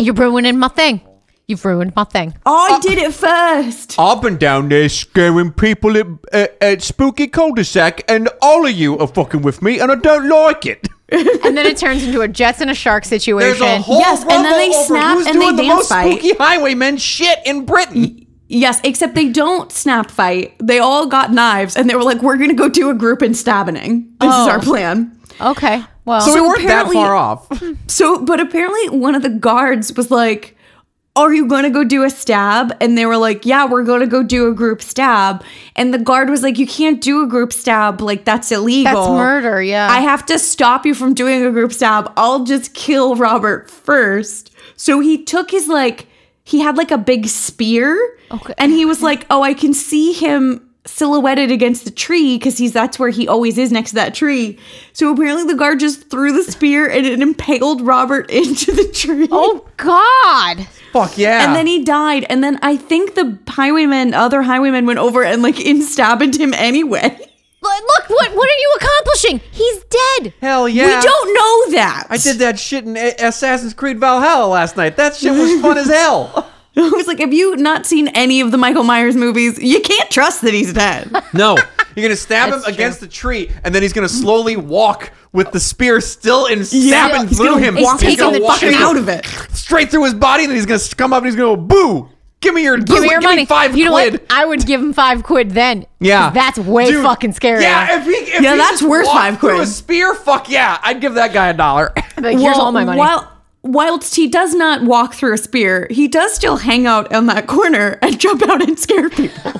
B: You're ruining my thing. You've ruined my thing.
D: I did it first.
C: I've been down there scaring people at, at, at Spooky Cul-de-sac, and all of you are fucking with me, and I don't like it.
B: And then it turns into a Jets and a Shark situation.
D: Yes, and then
C: rumble
D: they
C: over
D: snap
C: who's
D: and they
C: doing the
D: dance
C: most
D: fight.
C: spooky highwaymen shit in Britain.
D: Yes, except they don't snap fight. They all got knives, and they were like, "We're gonna go do a group and stabbening. This is
B: Oh.
D: our plan."
B: Okay. Well,
C: So, we
D: So
C: weren't that
D: apparently-
C: far off.
D: So, but apparently one of the guards was like, Are you going to go do a stab? And they were like, Yeah, we're going to go do a group stab. And the guard was like, You can't do a group stab. Like, that's illegal.
B: That's murder, yeah.
D: I have to stop you from doing a group stab. I'll just kill Robert first. So he took his, like, he had like a big spear.
B: Okay.
D: And he was like, Oh, I can see him silhouetted against the tree because he's that's where he always is next to that tree. So apparently the guard just threw the spear and it impaled Robert into the tree.
B: oh, God.
C: Fuck yeah.
D: And then he died. And then I think the highwaymen, other highwaymen went over and like instabbed him anyway.
B: Look, look, what, what are you accomplishing? He's dead.
C: Hell yeah.
D: We don't know that.
C: I did that shit in A- Assassin's Creed Valhalla last night. That shit was fun as hell.
D: I was like, have you not seen any of the Michael Myers movies? You can't trust that he's dead.
C: No. You're gonna stab him
B: That's true.
C: against the tree, and then he's gonna slowly walk with the spear still in stabbing
D: he's
C: through
D: gonna
C: him.
D: He's,
B: He's taking
D: taking
B: gonna
D: the
B: walk
D: fucking
B: in.
D: out of it.
C: straight through his body, and then he's gonna come up and he's gonna go, "Boo! Give me your,
B: Give me your money.
C: five
B: you know
C: quid."
B: what? I would give him five quid then.
C: Yeah,
B: That's way
C: Dude,
B: fucking scary.
C: Yeah, if he, if
D: Yeah,
C: he
D: that's
C: just
D: worth
C: walked
D: five
C: through
D: quid.
C: A spear, fuck yeah, I'd give that guy a dollar.
B: Like, here's
D: Well,
B: all my money.
D: While whilst he does not walk through a spear, he does still hang out in that corner and jump out and scare people.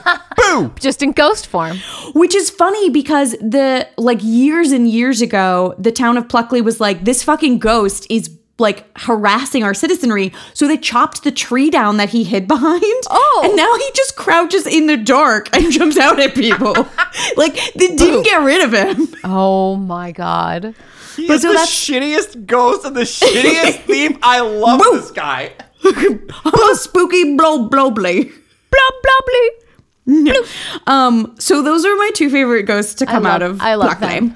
B: just in ghost form.
D: Which is funny because the like years and years ago, the town of Pluckley was like, this fucking ghost is like harassing our citizenry. So they chopped the tree down that he hid behind.
B: Oh.
D: And now he just crouches in the dark and jumps out at people. like they didn't get rid of him.
B: Oh my god.
E: He
D: But
E: is
D: so
E: the
D: that's-
E: shittiest ghost and the shittiest thief. I love
D: Woo.
E: this guy.
D: oh, spooky blow blobly.
B: Blah blah blah.
D: Um, so those are my two favorite ghosts to come
B: love-
D: out of
B: I love
D: Black Lane.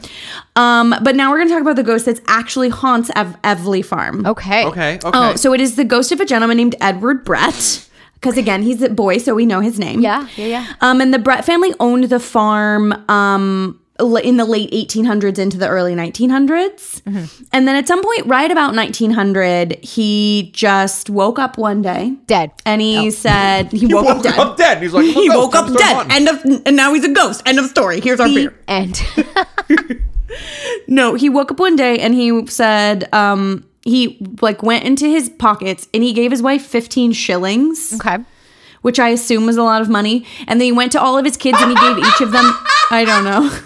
D: Um, but now we're gonna talk about the ghost that's actually haunts Ev- Evely Farm.
B: Okay.
C: Okay. Okay.
D: Oh, so it is the ghost of a gentleman named Edward Brett. Because again, he's a boy, so we know his name.
B: Yeah, yeah, yeah.
D: Um, and the Brett family owned the farm um, l- in the late 1800s into the early 1900s.
C: Mm-hmm.
D: And then at some point, right about 1900, he just woke up one day.
B: Dead.
D: And he said, he, woke,
C: Oh.
D: up
C: woke
D: dead.
C: up dead. He's like,
D: he
C: "Look,
D: woke
C: I'm
D: up
C: still
D: dead.
C: haunted."
D: End of, and now he's a ghost. End of story. Here's our beer.
B: And
D: No, he woke up one day and he said, um, he like went into his pockets and he gave his wife 15 shillings,
B: okay.
D: which I assume was a lot of money. And then he went to all of his kids and he gave each of them, I don't know.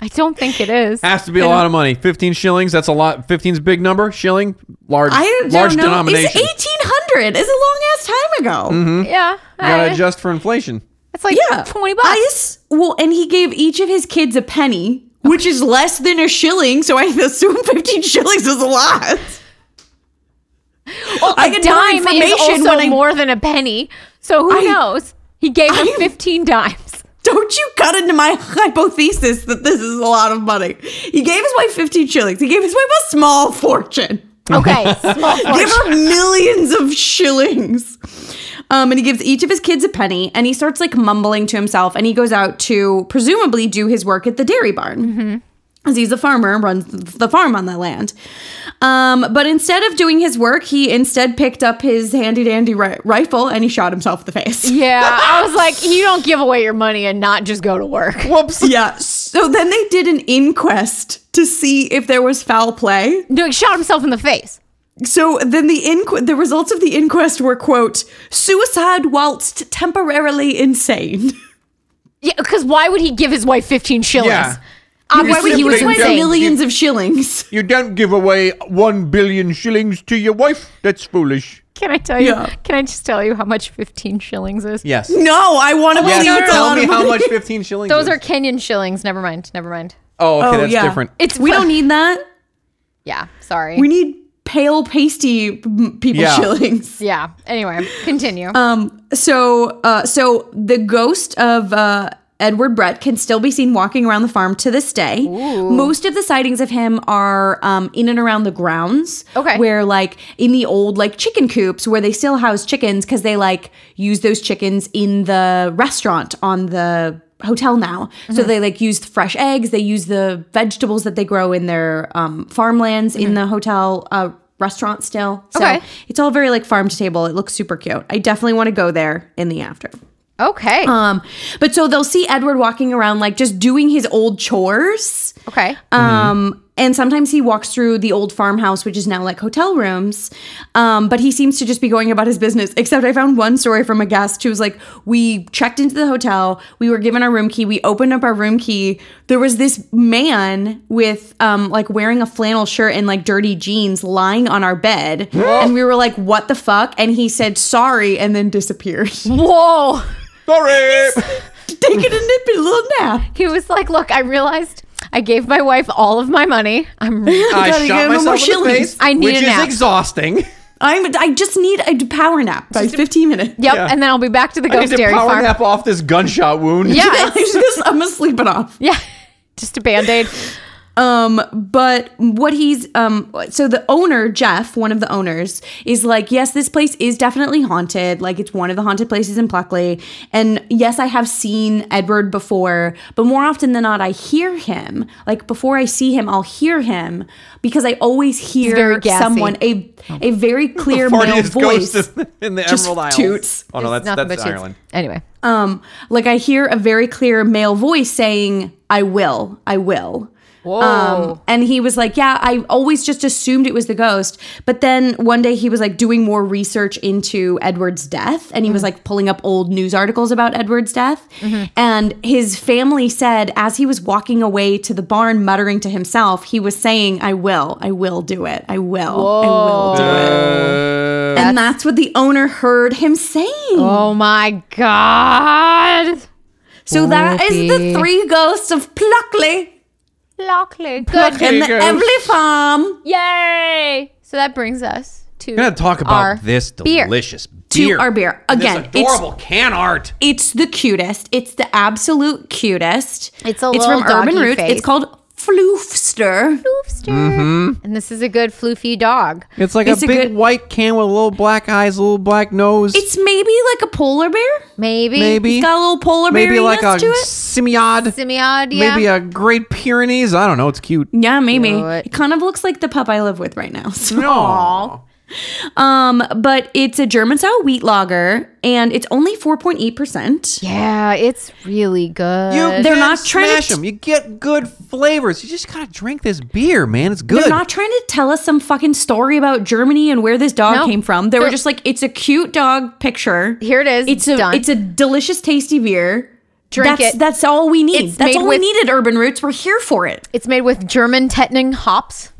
B: I don't think it is.
C: Has to be a lot of money. Fifteen shillings. That's a lot. Fifteen's a big number. Shilling, large,
D: I don't
C: large
D: know. It's
C: denomination. Mm-hmm.
D: 1800. It's a long ass time ago.
B: yeah.
C: Gotta
B: I-
C: adjust for inflation.
B: it's like
D: Yeah.
B: 20 bucks.
D: I just, well, and he gave each of his kids a penny, which is less than a shilling. So I assume 15 shillings is a lot.
B: well,
D: I
B: a
D: get more
B: dime is
D: information
B: also
D: when I-
B: more than a penny. So who
D: I-
B: knows? He gave him
D: I-
B: 15 dimes.
D: Don't you cut into my hypothesis that this is a lot of money. He gave his wife 15 shillings. He gave his wife a small fortune.
B: Okay. small
D: Give
B: fortune.
D: her millions of shillings. Um, and he gives each of his kids a penny and he starts like mumbling to himself and he goes out to presumably do his work at the dairy barn. As he's a farmer and runs the farm on that land. Um, but instead of doing his work, he instead picked up his handy dandy ri- rifle and he shot himself in the face.
B: yeah. I was like, you don't give away your money and not just go to work.
C: Whoops.
D: Yeah. So then they did an inquest to see if there was foul play.
B: No, he shot himself in the face.
D: So then the inqu- the results of the inquest were quote suicide whilst temporarily insane.
B: Yeah, because why would he give his wife 15 shillings?
C: Yeah.
B: Obviously, he
D: He
B: was
D: was
C: Big
D: worth
C: dumb.
B: insane.
D: millions of shillings.
C: You don't give away one billion shillings to your wife. That's foolish.
B: Can I tell you?
D: Yeah.
B: Can I just tell you how much 15 shillings is?
C: Yes.
D: No, I want to
C: Yes.
D: believe it's a
C: Tell
D: lot
C: me
D: of
C: how
D: money.
C: much fifteen shillings.
B: Those
C: is.
B: are Kenyan shillings. Never mind. Never mind.
C: Oh, okay.
D: Oh,
C: that's
D: yeah.
C: different.
B: It's
D: We don't need that.
B: Yeah. Sorry.
D: We need pale pasty mm, people
C: Yeah.
D: shillings.
B: yeah. Anyway, continue.
D: Um, so, uh, so the ghost of uh, Edward Brett can still be seen walking around the farm to this day. Most of the sightings of him are um, in and around the grounds.
B: Okay.
D: where like in the old like chicken coops where they still house chickens because they like use those chickens in the restaurant on the hotel now. So they like use fresh eggs. They use the vegetables that they grow in their um, farmlands in the hotel. Uh, restaurant still so
B: Okay.
D: it's all very like farm to table. It looks super cute. I definitely want to go there in the after.
B: okay.
C: uh,
D: Um, but so they'll see Edward walking around like just doing his old chores.
B: okay.
D: Um, and sometimes he walks through the old farmhouse, which is now like hotel rooms. Um, but he seems to just be going about his business. Except I found one story from a guest who was like, We checked into the hotel, we were given our room key, we opened up our room key. There was this man with um, like wearing a flannel shirt and like dirty jeans lying on our bed. and we were like, What the fuck? And he said, Sorry, and then disappeared.
B: Whoa.
C: Sorry.
D: Taking a nippy little nap.
B: He was like, "Look, I realized I gave my wife all of my money. I'm uh,
C: I
D: gotta
C: shot
D: give him more
C: myself in the
D: shillings.
C: face,
B: I need
C: which
B: a
C: is
B: nap.
C: exhausting.
D: I'm I just need a power nap by 15 minutes.
B: yep."
C: Yeah.
B: And then I'll be back to the
C: I need
B: ghost
C: to
B: dairy
C: power
B: farm.
C: nap off this gunshot wound.
B: Yeah.
D: I'm
B: it's-
D: just I'm gonna sleep it off.
B: yeah. Just a band aid.
C: Oh,
D: Um, but what he's um, so the owner Jeff, one of the owners, is like, yes, this place is definitely haunted. Like it's one of the haunted places in Pluckley, and yes, I have seen Edward before, but more often than not, I hear him. Like before I see him, I'll hear him because I always
B: very
D: hear
B: gassy.
D: someone a a very clear male
C: Fartiest
D: voice.
C: ghost in the, in the
D: just
C: Emerald Isles.
D: toots.
C: Oh no, that's
B: Nothing but
C: that's
B: shits.
C: Ireland. Uh,
B: Anyway.
D: um, like I hear a very clear male voice saying, "I will, I will."
B: Whoa.
C: Oh.
D: and he was like, Yeah, I always just assumed it was the ghost. But then one day he was like doing more research into Edward's death and he
C: Mm-hmm.
D: was like pulling up old news articles about Edward's death. And his family said, as he was walking away to the barn, muttering to himself, he was saying, I will, I will do it. I will, I will do it.
C: Uh,
D: and that's what the owner heard him saying.
B: oh my god.
D: so that is
B: Spooky.
D: the three ghosts of Pluckley
B: Lockley. Good.
D: and the Emily Farm.
B: Yay. So that brings us to
C: Gonna talk
B: our
C: about this
B: beer.
C: delicious
D: to
C: beer.
D: our beer. Again,
C: this
D: it's
C: adorable can art.
D: it's the cutest. It's the absolute cutest.
B: It's a little doggy face.
D: It's called Floofster.
B: Floofster.
C: Mm-hmm.
B: And this is a good floofy dog.
C: It's like
D: It's
C: a
D: a
C: big
D: good-
C: white can with little black eyes, a little black nose.
D: It's maybe like a polar bear.
B: Maybe.
C: Maybe.
D: It's got a little polar bear.
C: maybe like a
D: to it.
C: simiad,
B: Simiad, yeah.
C: maybe a Great Pyrenees. I don't know. It's cute.
D: Yeah, maybe.
B: know it.
D: It kind of looks like the pup I live with right now. So.
C: Aw.
D: Um, but it's a German style wheat lager and it's only 4.8%.
B: yeah, it's really good.
C: You
D: They're
C: can
D: not trying to
C: smash
D: t-
C: 'em. You get good flavors. You just gotta drink this beer, man. It's good.
D: They're not trying to tell us some fucking story about Germany and where this dog
B: No.
D: came from. They
B: They're-
D: were just like, it's a cute dog picture.
B: Here it is.
D: It's a
B: Done.
D: it's a delicious, tasty beer.
B: Drink
D: that's,
B: it.
D: That's all we need.
B: It's
D: that's
B: made
D: all
B: with-
D: we needed. Urban Roots. We're here for it.
B: it's made with German Tetning hops.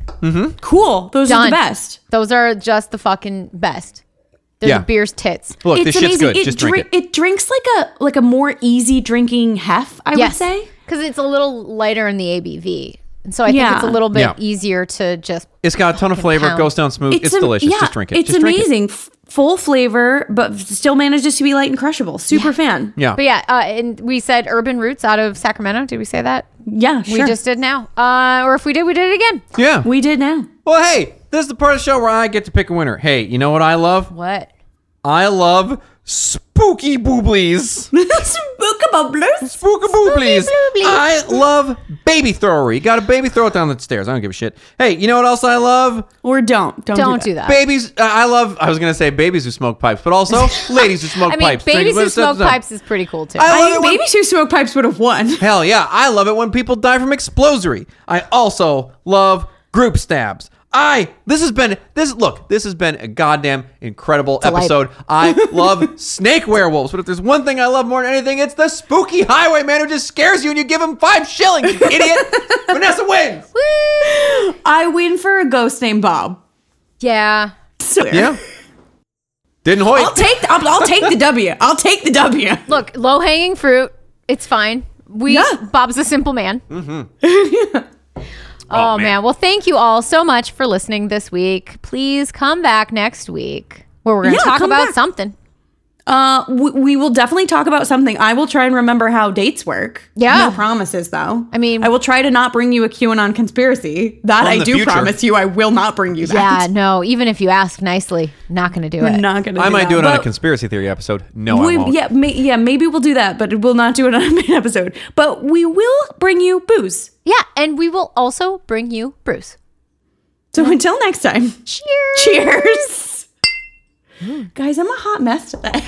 D: Cool. Those are
B: Done.
D: the best.
B: Those are just the fucking best. They're
C: Yeah.
B: the beer's tits.
C: Look,
D: it's
C: this shit's good.
D: It,
C: just drink
D: drink- it drinks like a like a more easy drinking hef. I would say.
B: Because it's a little lighter in the ABV. And so I
D: Yeah.
B: think it's a little bit
C: Yeah.
B: easier to just.
C: It's got a ton of flavor. It
B: pound.
C: goes down smooth. It's,
D: am-
C: delicious.
D: yeah,
C: just drink it.
D: It's
C: Just drink it.
D: amazing. F- Full flavor, but still manages to be light and crushable. Super fan.
C: Yeah.
B: But yeah, uh, and we said Urban Roots out of Sacramento. Did we say that?
D: Yeah. Sure.
B: We just did now. Uh, or if we did, we did it again.
C: Yeah.
D: we did now.
C: well, hey, this is the part of the show where I get to pick a winner. Hey, you know what I love?
B: What?
C: I love spooky booblies.
D: Spookaboblers.
C: Spooky booblies.
B: booblies.
C: I love baby thrower. You got a baby, throw it down the stairs. I don't give a shit. Hey, you know what else I love?
D: Or don't. Don't,
B: Don't
D: do
B: do
D: that.
B: that.
C: Babies. Uh, I love. I was gonna say babies who smoke pipes, but also ladies who smoke
B: I mean,
C: pipes.
B: babies who
C: Drink-
B: smoke pipes is pretty cool too.
C: I love
D: I
C: it
D: think
C: when-
D: Baby Shoe Smoke Pipes would have won.
C: Hell yeah, I love it when people die from explosory. I also love group stabs. I this has been this look, this has been a goddamn incredible
B: Delightful.
C: episode. I love snake werewolves, but if there's one thing I love more than anything, it's the spooky highwayman who just scares you and you give him five shillings, you idiot. Vanessa wins.
D: I win for a ghost named Bob.
B: yeah.
D: So
C: Didn't
D: I'll
C: hoit.
D: take the, I'll, I'll take the W. I'll take the W.
B: Look, low hanging fruit. It's fine. We
D: Yeah.
B: Bob's a simple man. Mm-hmm. oh, man. Well, thank you all so much for listening this week. Please come back next week where we're going to
D: Yeah,
B: talk
D: come
B: about
D: back.
B: something.
D: Uh, we, we will definitely talk about something. I will try and remember how dates work.
B: Yeah.
D: no promises though.
B: I mean-
D: I will try to not bring you a QAnon conspiracy. That
C: From
D: I
C: the
D: do
C: future.
D: promise you. I will not bring you
B: Yeah,
D: that.
B: no. Even if you ask nicely, not going to do
D: we're
B: it.
D: not gonna.
C: I might
D: that.
C: do it on a
D: But
C: conspiracy theory episode. No, I
D: We,
C: won't.
D: yeah, may, yeah, maybe we'll do that, but we'll not do it on an episode. But we will bring you booze.
B: Yeah, and we will also bring you Bruce.
D: So until next time,
B: Cheers. Mm.
D: cheers, guys. I'm a hot mess today.